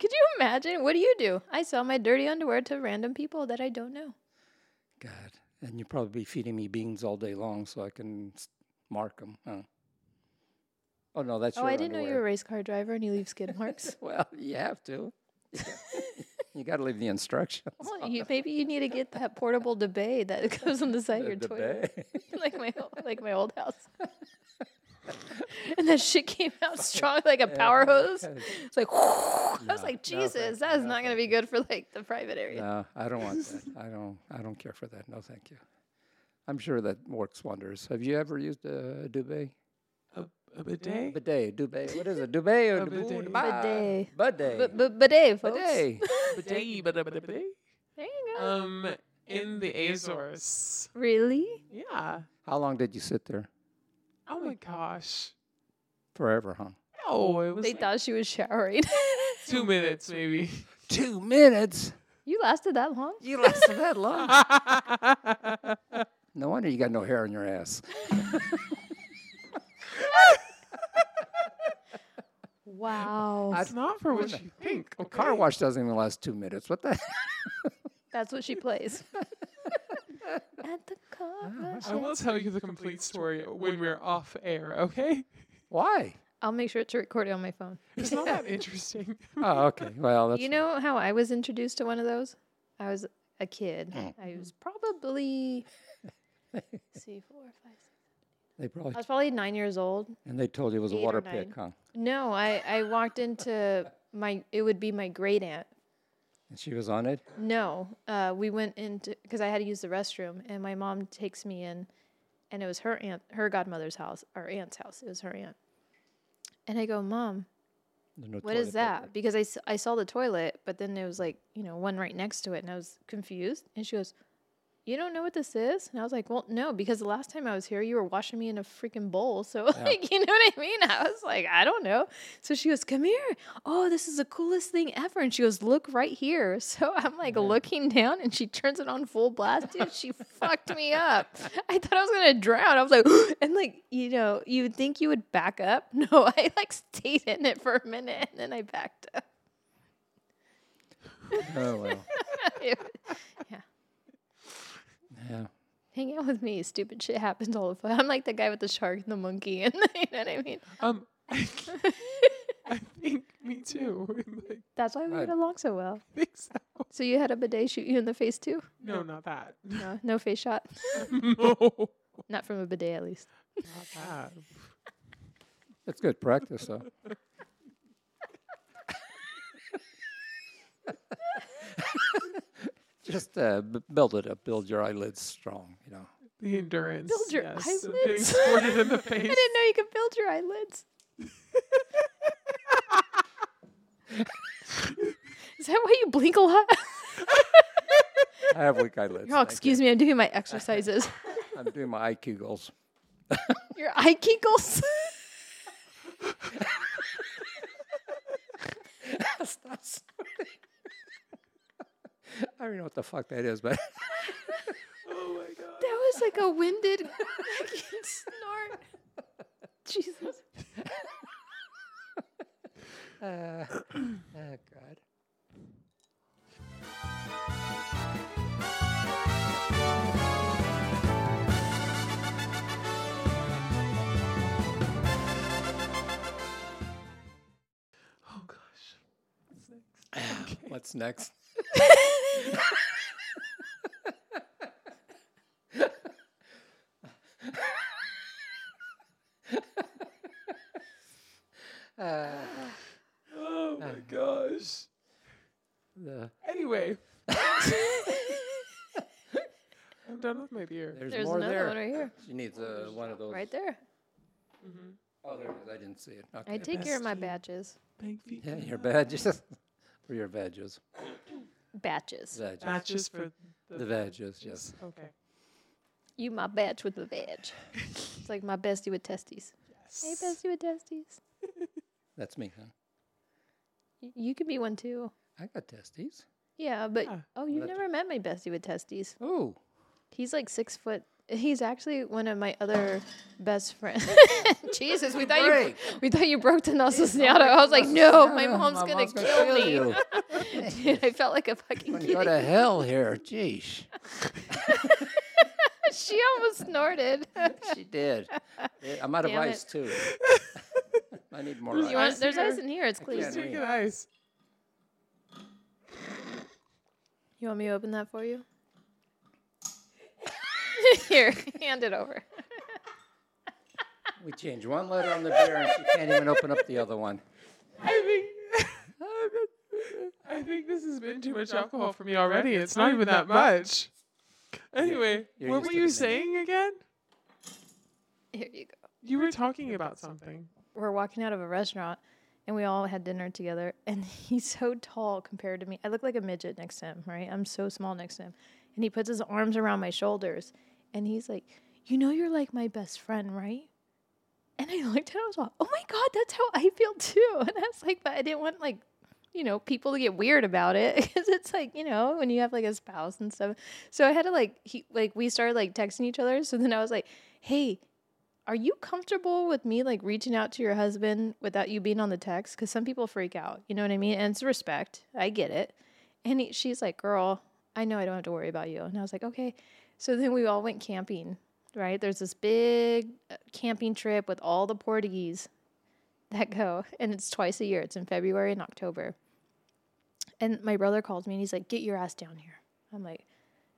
[SPEAKER 3] Could you imagine? What do you do? I sell my dirty underwear to random people that I don't know.
[SPEAKER 4] God, and you'd probably be feeding me beans all day long so I can s- mark them. Huh? Oh no, that's
[SPEAKER 3] oh,
[SPEAKER 4] your
[SPEAKER 3] I didn't know you were a
[SPEAKER 4] underwear.
[SPEAKER 3] race car driver and you leave skid marks.
[SPEAKER 4] Well, you have to. You got to leave the instructions.
[SPEAKER 3] well, you, maybe you need to get that portable debay that goes on the side of your
[SPEAKER 4] The
[SPEAKER 3] toilet,
[SPEAKER 4] bay.
[SPEAKER 3] like my o- like my old house. and that shit came out strong like a power hose. It's like I was like,
[SPEAKER 4] no, thank
[SPEAKER 3] Jesus,
[SPEAKER 4] you,
[SPEAKER 3] that is
[SPEAKER 4] no,
[SPEAKER 3] not going to be good for like the private area.
[SPEAKER 4] No, I don't want that. I don't. I don't care for that. No, thank you. I'm sure that works wonders. Have you ever used a duvet?
[SPEAKER 2] A, a bidet.
[SPEAKER 4] Bidet, duvet. What is it? Duvet or
[SPEAKER 2] A
[SPEAKER 4] duvet?
[SPEAKER 2] bidet.
[SPEAKER 4] Bidet. Bidet.
[SPEAKER 3] But but bidet, folks.
[SPEAKER 4] Bidet. Uh,
[SPEAKER 2] Bidet. bidet.
[SPEAKER 3] There you go.
[SPEAKER 2] Um, in the Azores.
[SPEAKER 3] really?
[SPEAKER 2] Yeah.
[SPEAKER 4] How long did you sit there?
[SPEAKER 2] Oh my gosh.
[SPEAKER 4] Forever, huh?
[SPEAKER 2] No, it was
[SPEAKER 3] They
[SPEAKER 2] like
[SPEAKER 3] thought she was showering.
[SPEAKER 2] two minutes maybe.
[SPEAKER 4] Two minutes.
[SPEAKER 3] you lasted that long?
[SPEAKER 4] You lasted that long.
[SPEAKER 2] I
[SPEAKER 4] No wonder you got no hair on your ass.
[SPEAKER 3] Wow.
[SPEAKER 2] It's not for what you think. Okay?
[SPEAKER 4] Car wash doesn't even last two minutes. What the?
[SPEAKER 3] That's what she plays. At the car.
[SPEAKER 2] I will tell you the complete story when we're off air, okay?
[SPEAKER 4] Why?
[SPEAKER 3] I'll make sure it's recorded on my phone.
[SPEAKER 2] It's not that interesting.
[SPEAKER 4] Oh, okay. Well, that's
[SPEAKER 3] you know how I was introduced to one of those? I was a kid.
[SPEAKER 4] Oh.
[SPEAKER 3] I was probably let's see four or five. Six.
[SPEAKER 4] they probably
[SPEAKER 3] I was probably nine years old.
[SPEAKER 4] and they told you it was a
[SPEAKER 3] eight or
[SPEAKER 4] water pick,
[SPEAKER 3] nine.
[SPEAKER 4] huh?
[SPEAKER 3] No, I I walked into my it would be my great aunt
[SPEAKER 4] And she was on it.
[SPEAKER 3] No, uh, we went into because I had to use the restroom, and my mom takes me in, and it was her aunt, her godmother's house, our aunt's house. It was her aunt, and I go, Mom,
[SPEAKER 4] There's no
[SPEAKER 3] what is
[SPEAKER 4] toilet
[SPEAKER 3] that?
[SPEAKER 4] paper.
[SPEAKER 3] Because I, s- I saw the toilet, but then there was like you know one right next to it, and I was confused. And she goes, You don't know what this is? And I was like, Well, no, because the last time I was here, you were washing me in a freaking bowl. So like, you know what I mean? I was like, I don't know. So she goes, Come here. Oh, this is the coolest thing ever. And she goes, Look right here. So I'm like looking down, and she turns it on full blast. Dude, she fucked me up. I thought I was gonna drown. I was like, and like you know, you would think you would back up. No, I like stayed in it for a minute, and then I backed up.
[SPEAKER 4] Oh well.
[SPEAKER 3] yeah.
[SPEAKER 4] Yeah.
[SPEAKER 3] hang out with me. Stupid shit happens all the time. I'm like the guy with the shark and the monkey, and you know what I mean.
[SPEAKER 2] Um I think me too. Like,
[SPEAKER 3] That's why we
[SPEAKER 4] Right.
[SPEAKER 3] get along so well.
[SPEAKER 2] I think so.
[SPEAKER 3] So you had a bidet shoot you in the face too?
[SPEAKER 2] No, not that.
[SPEAKER 3] No, no face shot.
[SPEAKER 2] no. Not
[SPEAKER 3] Not from a bidet, at least.
[SPEAKER 2] that.
[SPEAKER 4] It's good practice, though. Just uh, b- build it up. Build your eyelids strong. You know.
[SPEAKER 2] The endurance.
[SPEAKER 3] Build your
[SPEAKER 2] yes, of Getting
[SPEAKER 3] eyelids.
[SPEAKER 2] squirted in the
[SPEAKER 3] I
[SPEAKER 2] face.
[SPEAKER 3] didn't know you could build your eyelids. Is that why you blink a lot?
[SPEAKER 4] I have weak eyelids.
[SPEAKER 3] Oh,
[SPEAKER 4] thank you.
[SPEAKER 3] excuse me, I'm doing my exercises.
[SPEAKER 4] I'm doing my IQ goals.
[SPEAKER 3] Your eye kegels.
[SPEAKER 4] I don't know what the fuck that is, but
[SPEAKER 2] Oh my god.
[SPEAKER 3] That was like a winded fucking snort. Jesus.
[SPEAKER 4] Uh, oh, God.
[SPEAKER 2] Oh gosh. What's next?
[SPEAKER 4] What's next? Uh,
[SPEAKER 2] Oh my gosh.
[SPEAKER 4] the-
[SPEAKER 2] Anyway. I'm done with my beer.
[SPEAKER 4] there's,
[SPEAKER 3] There's
[SPEAKER 4] more
[SPEAKER 3] another
[SPEAKER 4] there.
[SPEAKER 3] one right here.
[SPEAKER 4] She needs uh, one of those.
[SPEAKER 3] Right there.
[SPEAKER 4] Oh, there it is. I didn't see it. Okay.
[SPEAKER 3] I take care of my
[SPEAKER 2] bestie.
[SPEAKER 3] batches.
[SPEAKER 2] Bank feet.
[SPEAKER 4] Yeah, your badges. For your badges.
[SPEAKER 3] Batches.
[SPEAKER 4] Badges.
[SPEAKER 2] Matches for the,
[SPEAKER 4] The badges, yes.
[SPEAKER 2] Okay.
[SPEAKER 3] You my batch with the badge. it's like my bestie with testes. Hey, bestie with testes.
[SPEAKER 4] That's me, huh?
[SPEAKER 3] Y- You can be one too.
[SPEAKER 4] I got testes.
[SPEAKER 3] Yeah, but
[SPEAKER 2] Yeah.
[SPEAKER 3] oh, you've
[SPEAKER 4] That-
[SPEAKER 3] never met my bestie with testes.
[SPEAKER 4] Oh,
[SPEAKER 3] He's like six foot. He's actually one of my other best friends. Jesus, we thought you
[SPEAKER 4] Break.
[SPEAKER 3] we thought you broke the Nelson Seattle. I was like, no, my
[SPEAKER 4] Yeah,
[SPEAKER 3] mom's
[SPEAKER 4] my
[SPEAKER 3] gonna
[SPEAKER 4] mom's
[SPEAKER 3] kill me.
[SPEAKER 4] you.
[SPEAKER 3] Dude, I felt like a fucking
[SPEAKER 4] Gonna go
[SPEAKER 3] kid.
[SPEAKER 4] to hell here. Jeez.
[SPEAKER 3] she almost snorted.
[SPEAKER 4] She did. Yeah, I'm out of
[SPEAKER 3] Damn it.
[SPEAKER 4] ice, too. I need more
[SPEAKER 2] There's
[SPEAKER 3] You
[SPEAKER 4] ice.
[SPEAKER 3] want, there's ice in here. It's clean.
[SPEAKER 2] Please
[SPEAKER 4] Yeah,
[SPEAKER 2] drink
[SPEAKER 4] we-
[SPEAKER 2] an ice.
[SPEAKER 3] You want me to open that for you? here, hand it over.
[SPEAKER 4] We changed one letter on the beer, and she can't even open up the other one.
[SPEAKER 2] I think I think this has been too much alcohol for me already. It's not even that much. Anyway,
[SPEAKER 4] You're
[SPEAKER 2] what
[SPEAKER 4] used
[SPEAKER 2] were
[SPEAKER 4] to the
[SPEAKER 2] you
[SPEAKER 4] minute.
[SPEAKER 2] saying again?
[SPEAKER 3] Here you go.
[SPEAKER 2] You were talking about something.
[SPEAKER 3] We're walking out of a restaurant and we all had dinner together and he's so tall compared to me. I look like a midget next to him, right? I'm so small next to him. And he puts his arms around my shoulders and he's like, "You know you're like my best friend, right?" And I looked at him and was like, "Oh my god, that's how I feel too." And I was like, "But I didn't want like you know, people to get weird about it because it's like, you know, when you have like a spouse and stuff. So I had to like, he, like, we started like texting each other. So then I was like, hey, are you comfortable with me like reaching out to your husband without you being on the text? Because some people freak out, you know what I mean? And it's respect. I get it. And he, she's like, girl, I know I don't have to worry about you. And I was like, okay. So then we all went camping, right? There's this big uh, camping trip with all the Portuguese that go, and it's twice a year. It's in February and October. And my brother calls me and he's like, "Get your ass down here." I'm like,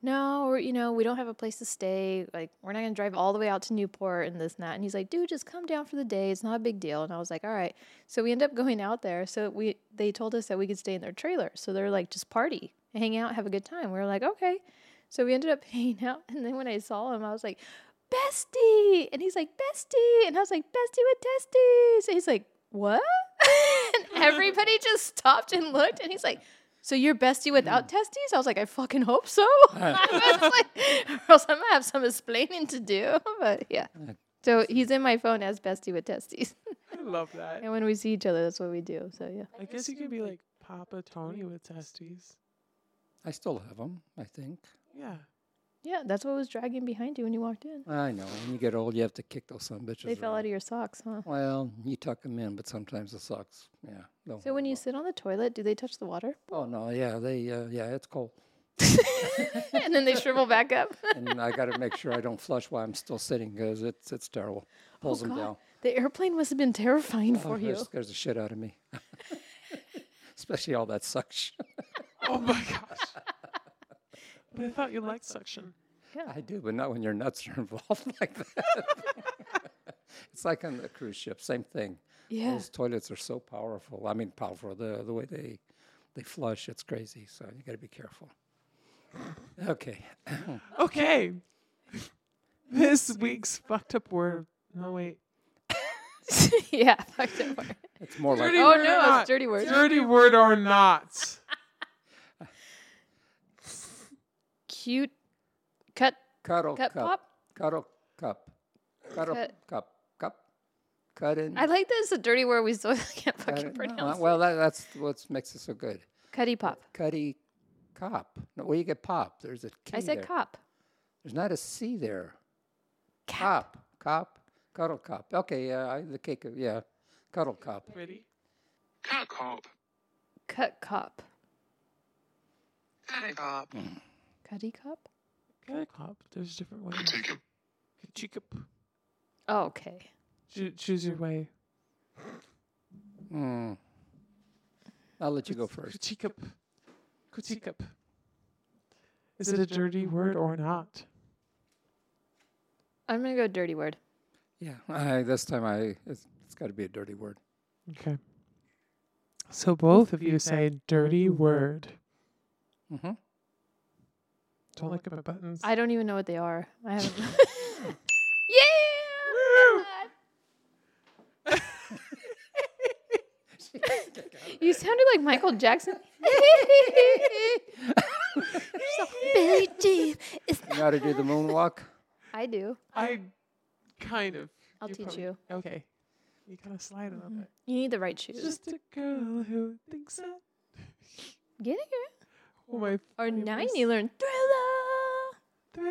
[SPEAKER 3] "No, we're, you know, we don't have a place to stay. Like, we're not gonna drive all the way out to Newport and this and that." And he's like, "Dude, just come down for the day. It's not a big deal." And I was like, "All right." So we end up going out there. So we they told us that we could stay in their trailer. So they're like, "Just party, hang out, have a good time." We were like, "Okay." So we ended up hanging out. And then when I saw him, I was like, "Bestie," and he's like, "Bestie," and I was like, "Bestie with testes." And he's like, "What?" and everybody just stopped and looked, and he's like. So you're bestie
[SPEAKER 4] Mm.
[SPEAKER 3] without testes? I was like, I fucking hope so. I was like, or else I'm gonna have some explaining to do. But yeah. So he's in my phone as bestie with testes.
[SPEAKER 2] I love that.
[SPEAKER 3] and when we see each other, that's what we do. So yeah.
[SPEAKER 2] I guess you could be like Papa Tony with testes.
[SPEAKER 4] I still have them, I think.
[SPEAKER 2] Yeah.
[SPEAKER 3] Yeah, that's what was dragging behind you when you walked in.
[SPEAKER 4] I know. When you get old, you have to kick those some bitches.
[SPEAKER 3] They fell out of your socks, huh?
[SPEAKER 4] Well, you tuck them in, but sometimes it sucks. Yeah. don't
[SPEAKER 3] So when
[SPEAKER 4] worry
[SPEAKER 3] you
[SPEAKER 4] about
[SPEAKER 3] sit on the toilet, do they touch the water?
[SPEAKER 4] it. Oh no, yeah, they, uh, yeah, it's cold,
[SPEAKER 3] and then they shrivel back up.
[SPEAKER 4] and I got to make sure I don't flush while I'm still sitting because it's it's terrible. Pulls them down.
[SPEAKER 3] The airplane must have been terrifying
[SPEAKER 4] Oh,
[SPEAKER 3] Oh, for you.
[SPEAKER 4] it scares the shit out of me. Especially all that suction.
[SPEAKER 2] Oh my gosh. But I thought you liked suction.
[SPEAKER 4] I do, but not when your nuts are involved like that. it's like on the cruise ship, same thing.
[SPEAKER 3] Yeah.
[SPEAKER 4] Those toilets are so powerful. I mean, powerful. The the way they they flush, it's crazy. So you got to be careful. Okay.
[SPEAKER 2] Okay. This week's fucked up word. No wait.
[SPEAKER 3] yeah, fucked up. water.
[SPEAKER 4] It's more like
[SPEAKER 2] Dirty
[SPEAKER 3] Oh
[SPEAKER 2] word or
[SPEAKER 3] no,
[SPEAKER 2] not.
[SPEAKER 3] it's dirty words.
[SPEAKER 2] Dirty word or not.
[SPEAKER 3] Cute cut
[SPEAKER 4] cuddle
[SPEAKER 3] Cut
[SPEAKER 4] cup.
[SPEAKER 3] pop?
[SPEAKER 4] Cuddle cup. Cuddle
[SPEAKER 3] Cut.
[SPEAKER 4] cup. Cup. Cut in.
[SPEAKER 3] I like that it's a dirty word we still can't
[SPEAKER 4] cut
[SPEAKER 3] fucking
[SPEAKER 4] in.
[SPEAKER 3] pronounce.
[SPEAKER 4] well, that, that's what makes it so good.
[SPEAKER 3] Cuddy pop.
[SPEAKER 4] Cuddy cop. No, where you get pop? There's a K
[SPEAKER 3] I said
[SPEAKER 4] there.
[SPEAKER 3] cop.
[SPEAKER 4] There's not a C there.
[SPEAKER 3] Cap.
[SPEAKER 4] Cop. Cop. Cuddle cop. Okay, yeah, I, the cake. Yeah, cuddle cop.
[SPEAKER 2] Ready?
[SPEAKER 5] Cut cop.
[SPEAKER 3] Cut cop.
[SPEAKER 5] Cut a cop.
[SPEAKER 3] Cutty cop?
[SPEAKER 2] Cat cop. There's different ways.
[SPEAKER 5] Take him.
[SPEAKER 2] Kachikop.
[SPEAKER 3] Oh, okay.
[SPEAKER 2] Choo- Choose your way.
[SPEAKER 4] Hmm. I'll let you go
[SPEAKER 2] Kuts-
[SPEAKER 4] first.
[SPEAKER 2] Kuchikup. Kuchikup. Is it a dirty word or not?
[SPEAKER 3] I'm going to go dirty word.
[SPEAKER 4] Yeah, I, this time I it's, it's got to be a dirty word.
[SPEAKER 2] Okay. So both of you say dirty word.
[SPEAKER 4] Mm-hmm.
[SPEAKER 2] Don't look at my buttons.
[SPEAKER 3] I don't even know what they are. I haven't. yeah! you sounded like Michael Jackson. Billy Jean.
[SPEAKER 4] You know how to do the moonwalk?
[SPEAKER 3] I do.
[SPEAKER 2] I kind of.
[SPEAKER 3] I'll teach
[SPEAKER 2] probably-
[SPEAKER 3] you.
[SPEAKER 2] Okay. You gotta slide it on that.
[SPEAKER 3] You need the right shoes.
[SPEAKER 2] Mm-hmm. Just a girl who thinks that.
[SPEAKER 3] Get it?
[SPEAKER 2] Oh my
[SPEAKER 3] Or
[SPEAKER 2] favorite
[SPEAKER 3] nine, you learn thriller.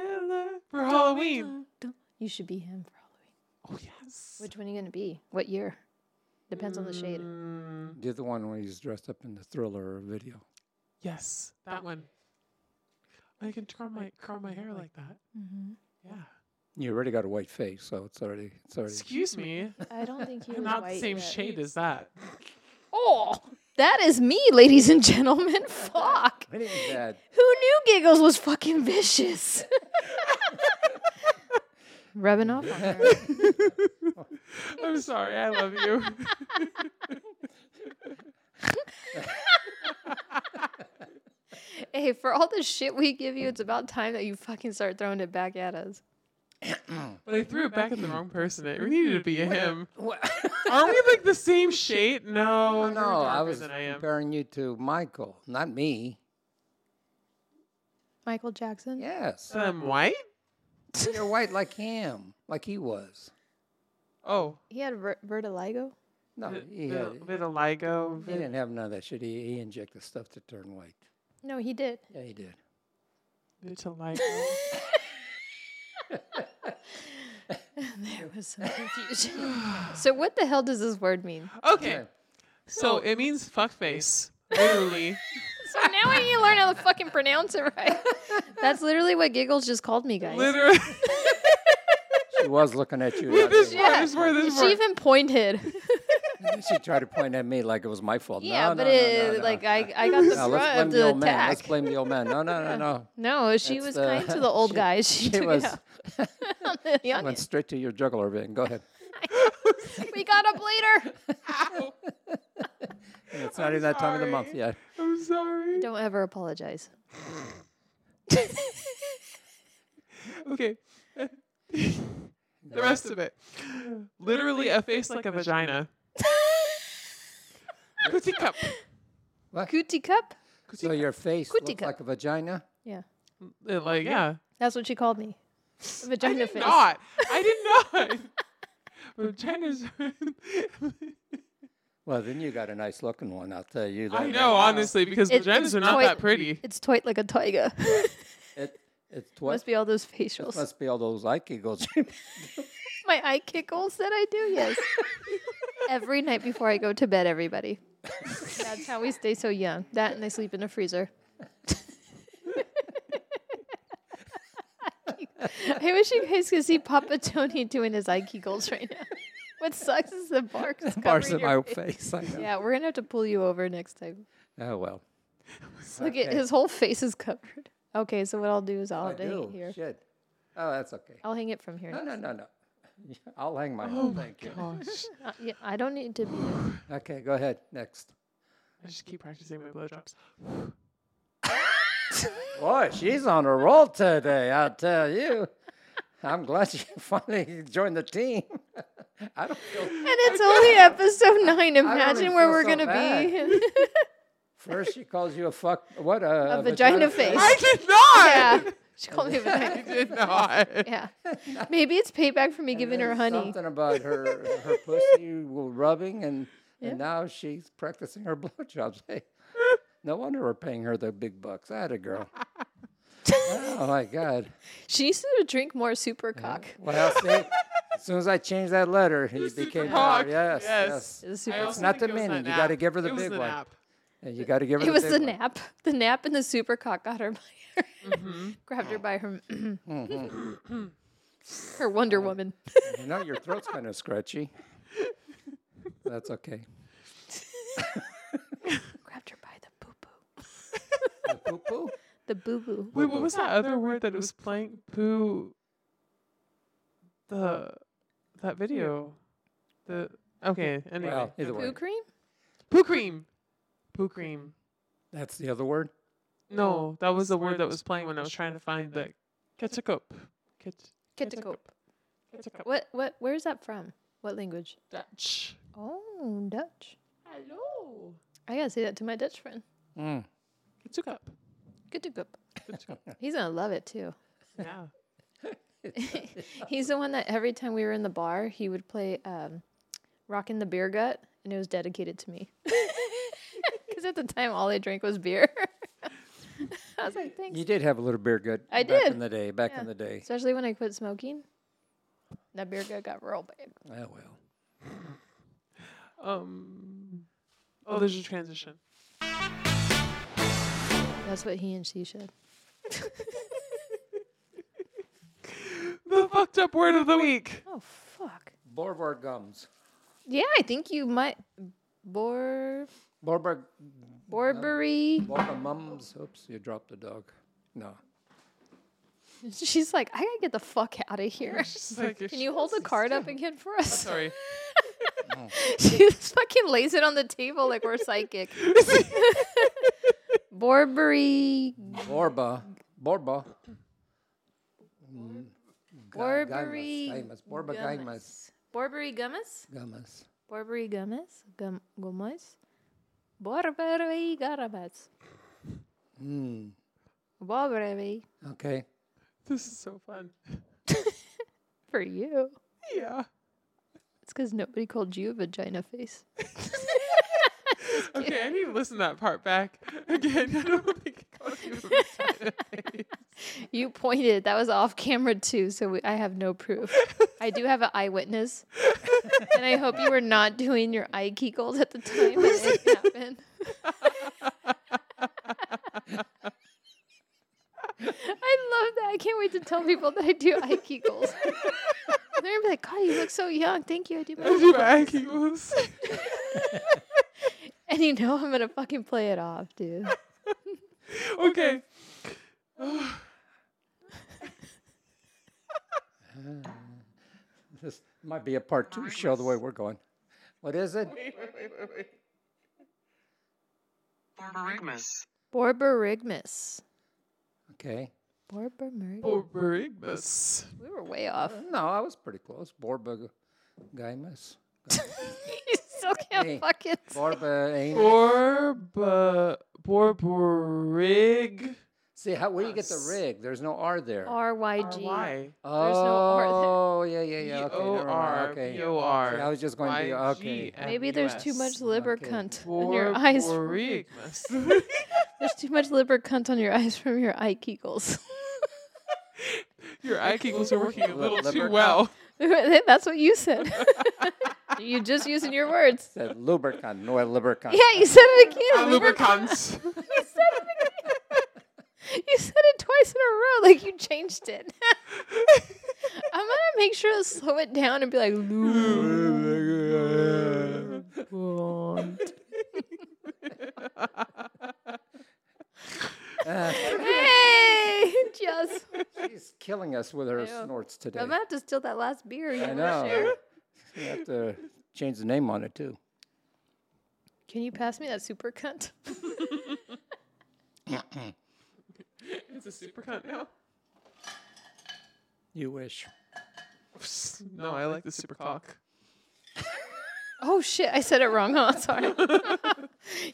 [SPEAKER 2] thriller for Halloween.
[SPEAKER 3] Dun, dun. You should be him for Halloween.
[SPEAKER 2] Oh yes.
[SPEAKER 3] Which one are you going to be? What year? Depends on the shade.
[SPEAKER 2] Mm,
[SPEAKER 4] Do the one when he's dressed up in the thriller video.
[SPEAKER 2] yes, that one. I can curl my curl my hair like that. Mm-hmm. Yeah.
[SPEAKER 4] You already got a white face, so it's already it's already.
[SPEAKER 2] Excuse me.
[SPEAKER 3] I don't think he was
[SPEAKER 2] I'm not the
[SPEAKER 3] white
[SPEAKER 2] same
[SPEAKER 3] yet.
[SPEAKER 2] shade as that.
[SPEAKER 3] Oh, that is me, ladies and gentlemen. Fuck.
[SPEAKER 4] It ain't bad.
[SPEAKER 3] Who knew Giggles was fucking vicious? Rubbing off on her.
[SPEAKER 2] I'm sorry. I love you.
[SPEAKER 3] Hey, for all the shit we give you, it's about time that you fucking start throwing it back at us.
[SPEAKER 2] But I threw it back at the wrong person. It needed to be him.
[SPEAKER 4] Well,
[SPEAKER 2] Are we like the same shade? No. you're
[SPEAKER 4] Oh, no, I
[SPEAKER 2] darker
[SPEAKER 4] was
[SPEAKER 2] than I am.
[SPEAKER 4] comparing you to Michael, not me.
[SPEAKER 3] Michael Jackson?
[SPEAKER 4] Yes,
[SPEAKER 2] That I'm white.
[SPEAKER 4] you're white like him, like he was.
[SPEAKER 2] Oh,
[SPEAKER 3] He had ver- vertigo?
[SPEAKER 4] No,
[SPEAKER 2] vi-
[SPEAKER 4] he,
[SPEAKER 2] vil-
[SPEAKER 4] had,
[SPEAKER 2] vitiligo.
[SPEAKER 4] he didn't have none of that shit. He, he injected stuff to turn white.
[SPEAKER 3] No, he did.
[SPEAKER 4] Yeah, he did.
[SPEAKER 2] Vitiligo.
[SPEAKER 3] There was some confusion. so, what the hell does this word mean?
[SPEAKER 2] Okay. So it means fuckface. Literally.
[SPEAKER 3] So now I need to learn how to fucking pronounce it right. That's literally what Giggles just called me, guys.
[SPEAKER 2] Literally.
[SPEAKER 4] She was looking at you. the
[SPEAKER 2] this
[SPEAKER 4] other
[SPEAKER 2] word is where this
[SPEAKER 3] She
[SPEAKER 2] word.
[SPEAKER 3] even pointed.
[SPEAKER 4] way. she tried to point at me like it was my fault.
[SPEAKER 3] yeah,
[SPEAKER 4] no,
[SPEAKER 3] but
[SPEAKER 4] no,
[SPEAKER 3] it,
[SPEAKER 4] no, no, no.
[SPEAKER 3] like I, I got the
[SPEAKER 4] No,
[SPEAKER 3] brunt
[SPEAKER 4] let's blame
[SPEAKER 3] of
[SPEAKER 4] the
[SPEAKER 3] the
[SPEAKER 4] old man. Let's
[SPEAKER 3] attack.
[SPEAKER 4] blame the old man. No, no, no, no.
[SPEAKER 3] No, she
[SPEAKER 4] That's
[SPEAKER 3] was
[SPEAKER 4] the-
[SPEAKER 3] kind to the old
[SPEAKER 4] she-
[SPEAKER 3] guys. She,
[SPEAKER 4] She
[SPEAKER 3] took
[SPEAKER 4] was
[SPEAKER 3] it out. The young-
[SPEAKER 4] went straight to your juggler vein. Go ahead.
[SPEAKER 3] we got up later.
[SPEAKER 4] It's not even that time of the month
[SPEAKER 2] sorry.
[SPEAKER 4] yet.
[SPEAKER 2] I'm sorry.
[SPEAKER 3] Don't ever apologize.
[SPEAKER 2] Okay. the rest of it. Literally a face like a vagina. Cootie cup.
[SPEAKER 3] Cootie cup.
[SPEAKER 4] So your face
[SPEAKER 3] Cutica.
[SPEAKER 4] looks like a vagina.
[SPEAKER 3] Yeah,
[SPEAKER 2] Uh, Like, yeah.
[SPEAKER 3] that's what she called me.
[SPEAKER 2] I
[SPEAKER 3] Vagina
[SPEAKER 2] did
[SPEAKER 3] face.
[SPEAKER 2] not. I did not. Vagina's.
[SPEAKER 4] Well, then you got a nice looking one. I'll tell you.
[SPEAKER 2] I know,
[SPEAKER 4] that right now.
[SPEAKER 2] honestly, because
[SPEAKER 3] It-
[SPEAKER 2] vaginas
[SPEAKER 3] it's
[SPEAKER 2] are not
[SPEAKER 3] quite-
[SPEAKER 2] that pretty.
[SPEAKER 3] It's toit like a tiger.
[SPEAKER 4] It, it's what
[SPEAKER 3] Must be all those facials.
[SPEAKER 4] must be all those eye giggles.
[SPEAKER 3] My eye kickles that I do, yes. Every night before I go to bed, everybody. That's how we stay so young. That and I sleep in the freezer. I wish you guys could see Papa Tony doing his eye kegels right now. What sucks is the barks.
[SPEAKER 4] Bars
[SPEAKER 3] covering
[SPEAKER 4] in
[SPEAKER 3] your
[SPEAKER 4] my
[SPEAKER 3] face.
[SPEAKER 4] face. I know.
[SPEAKER 3] Yeah, we're gonna have to pull you over next time.
[SPEAKER 4] Oh well.
[SPEAKER 3] Look at
[SPEAKER 4] Okay.
[SPEAKER 3] his whole face is covered. Okay, so what I'll do is I'll
[SPEAKER 4] I
[SPEAKER 3] have to hang it
[SPEAKER 4] do.
[SPEAKER 3] here.
[SPEAKER 4] Shit. Oh, that's okay.
[SPEAKER 3] I'll hang it from here.
[SPEAKER 4] No, no, no, no. I'll hang
[SPEAKER 3] Oh,
[SPEAKER 4] my own. Thank you.
[SPEAKER 2] Gosh.
[SPEAKER 3] Uh, yeah, I don't need to be. there.
[SPEAKER 4] Okay, go ahead. Next.
[SPEAKER 2] I just keep practicing my blowjobs.
[SPEAKER 4] Boy, she's on a roll today. I'll tell you. I'm glad you finally joined the team. I don't feel.
[SPEAKER 3] And it's only episode nine.
[SPEAKER 4] don't
[SPEAKER 3] Imagine
[SPEAKER 4] even
[SPEAKER 3] where
[SPEAKER 4] feel
[SPEAKER 3] we're
[SPEAKER 4] so
[SPEAKER 3] gonna be.
[SPEAKER 4] First, she calls you a fuck. What uh, a,
[SPEAKER 3] A vagina face.
[SPEAKER 2] I did not.
[SPEAKER 3] yeah. She called me a vagina.
[SPEAKER 2] I did not.
[SPEAKER 3] Yeah. Maybe it's payback for me giving her
[SPEAKER 4] There's
[SPEAKER 3] honey.
[SPEAKER 4] Something about her her pussy will rubbing, and and now she's practicing her blowjobs. Hey, no wonder we're paying her the big bucks. That a girl. oh my God.
[SPEAKER 3] She needs to drink more super cock.
[SPEAKER 4] Well, see, As soon as I changed that letter, he
[SPEAKER 2] Mr.
[SPEAKER 4] became
[SPEAKER 2] Hawk,
[SPEAKER 4] Hawk. Ah, Yes,
[SPEAKER 2] yes.
[SPEAKER 4] yes.
[SPEAKER 3] It was
[SPEAKER 2] I
[SPEAKER 3] super.
[SPEAKER 2] also
[SPEAKER 4] not
[SPEAKER 2] think
[SPEAKER 4] the
[SPEAKER 2] it was
[SPEAKER 4] mini,
[SPEAKER 2] that
[SPEAKER 4] you gotta
[SPEAKER 2] nap.
[SPEAKER 4] give her the
[SPEAKER 2] It was
[SPEAKER 4] big
[SPEAKER 2] the
[SPEAKER 4] one.
[SPEAKER 2] nap.
[SPEAKER 4] And you got to give her
[SPEAKER 3] It
[SPEAKER 4] the
[SPEAKER 3] was
[SPEAKER 4] big
[SPEAKER 3] the
[SPEAKER 4] one.
[SPEAKER 3] nap. The nap and the super cock got her by her,
[SPEAKER 2] Mm-hmm.
[SPEAKER 3] grabbed her by her, her Wonder Woman.
[SPEAKER 4] Mm-hmm. You know, your throat's kind of scratchy. That's okay.
[SPEAKER 3] grabbed her by the boo boo.
[SPEAKER 4] The poo-poo?
[SPEAKER 3] The boo boo.
[SPEAKER 2] Wait, what was that other word that was playing? Poo. The, that video, the okay. Anyway,
[SPEAKER 4] Well, either way.
[SPEAKER 3] Poo cream?
[SPEAKER 2] poo cream, poo cream.
[SPEAKER 4] That's the other word?
[SPEAKER 2] No, that was the word that was playing when I was trying to find the ketchup. Ket
[SPEAKER 3] Kitakope.
[SPEAKER 2] ketchup.
[SPEAKER 3] What? What? Where is that from? What language?
[SPEAKER 2] Dutch.
[SPEAKER 3] Oh, Dutch.
[SPEAKER 2] Hello.
[SPEAKER 3] I gotta say that to my Dutch friend.
[SPEAKER 4] Mm.
[SPEAKER 2] Ketchup.
[SPEAKER 3] Kitakope. He's gonna love it too.
[SPEAKER 2] Yeah.
[SPEAKER 3] He's the one that every time we were in the bar, he would play um, "Rockin' the Beer Gut," and it was dedicated to me. Because at the time, all I drank was beer. I was like, thanks.
[SPEAKER 4] You did have a little beer gut
[SPEAKER 3] I
[SPEAKER 4] back
[SPEAKER 3] did.
[SPEAKER 4] in the day. Back
[SPEAKER 3] Yeah.
[SPEAKER 4] in the day.
[SPEAKER 3] Especially when I quit smoking, that beer gut got real bad.
[SPEAKER 4] Oh, well.
[SPEAKER 2] Um. Oh, there's a transition.
[SPEAKER 3] That's what he and she said.
[SPEAKER 2] The fucked up word of the week.
[SPEAKER 3] Oh fuck.
[SPEAKER 4] Borbar gums.
[SPEAKER 3] Yeah, I think you might. Bor
[SPEAKER 4] Borbar
[SPEAKER 3] Borbury.
[SPEAKER 4] Borbar mums. Oops, you dropped the dog. No.
[SPEAKER 3] She's like, I gotta get the fuck out of here.
[SPEAKER 2] Just like if
[SPEAKER 3] Can you hold the card up again for us?
[SPEAKER 2] Sorry.
[SPEAKER 3] She just fucking lays it on the table like we're psychic. Borbury,
[SPEAKER 4] Borba. Borba. Mm.
[SPEAKER 3] Borbury
[SPEAKER 4] Gaimas. Borba gaimas.
[SPEAKER 3] Borbury gummas?
[SPEAKER 4] Gummas.
[SPEAKER 3] Borbury gummas? Gum gummas? Borbury gummas.
[SPEAKER 4] Mm.
[SPEAKER 3] Borbury.
[SPEAKER 4] Okay.
[SPEAKER 2] This is so fun.
[SPEAKER 3] For you.
[SPEAKER 2] Yeah.
[SPEAKER 3] It's because nobody called you vagina face.
[SPEAKER 2] Okay, I need to listen to that part back again. I don't think I got you the time.
[SPEAKER 3] You pointed. That was off camera too, so we, I have no proof. I do have an eyewitness, and I hope you were not doing your eye kegels at the time when it happened. I love that. I can't wait to tell people that I do eye kegels. They're gonna be like, "God, you look so young." Thank you. I do.
[SPEAKER 2] I
[SPEAKER 3] My-
[SPEAKER 2] do my Kegels.
[SPEAKER 3] and you know, I'm gonna fucking play it off, dude.
[SPEAKER 2] Okay.
[SPEAKER 4] This might be a part two show the way we're going. What is it?
[SPEAKER 5] Borborygmus.
[SPEAKER 3] Borborygmus.
[SPEAKER 4] Okay.
[SPEAKER 3] Borborygmus.
[SPEAKER 2] Borborygmus.
[SPEAKER 3] We were way off.
[SPEAKER 4] No, I was pretty close. Borba gaimas.
[SPEAKER 3] you still can't
[SPEAKER 4] Hey,
[SPEAKER 3] fucking.
[SPEAKER 4] Borba ain't.
[SPEAKER 2] Borba Borborig.
[SPEAKER 4] See, how, where do you get the
[SPEAKER 2] Us.
[SPEAKER 4] rig? There's no R there.
[SPEAKER 3] R Y G.
[SPEAKER 2] Why?
[SPEAKER 3] There's no R there.
[SPEAKER 4] Oh, yeah, yeah, yeah. Okay, never mind. Okay.
[SPEAKER 2] B O R.
[SPEAKER 4] See, I was just going to be okay.
[SPEAKER 3] Maybe there's too much lubricant on your eyes. from-
[SPEAKER 2] Borborygmus.
[SPEAKER 3] There's too much lubricant on your eyes from your eye kegels.
[SPEAKER 2] Your eye kegels are working a
[SPEAKER 4] Li-
[SPEAKER 2] little too
[SPEAKER 4] lubricant.
[SPEAKER 2] well.
[SPEAKER 3] That's what you said. you just using your words.
[SPEAKER 4] Said lubricant, no lubricant.
[SPEAKER 3] Yeah, you said it
[SPEAKER 2] Uh,
[SPEAKER 3] again.
[SPEAKER 2] lubricants.
[SPEAKER 3] You said it again. You said it twice in a row, like you changed it. I'm gonna make sure to slow it down and be like,
[SPEAKER 2] Lubricant.
[SPEAKER 4] Ah,
[SPEAKER 3] "Hey, just."
[SPEAKER 4] she's killing us with her
[SPEAKER 3] know.
[SPEAKER 4] snorts today.
[SPEAKER 3] I'm gonna have to steal that last beer. You
[SPEAKER 4] I
[SPEAKER 3] wanna
[SPEAKER 4] know.
[SPEAKER 3] share?
[SPEAKER 4] You have to change the name on it too.
[SPEAKER 3] Can you pass me that super cunt?
[SPEAKER 2] It's a supercut now.
[SPEAKER 4] You wish.
[SPEAKER 2] No, I like the supercock.
[SPEAKER 3] Oh shit, I said it wrong. Huh? Sorry.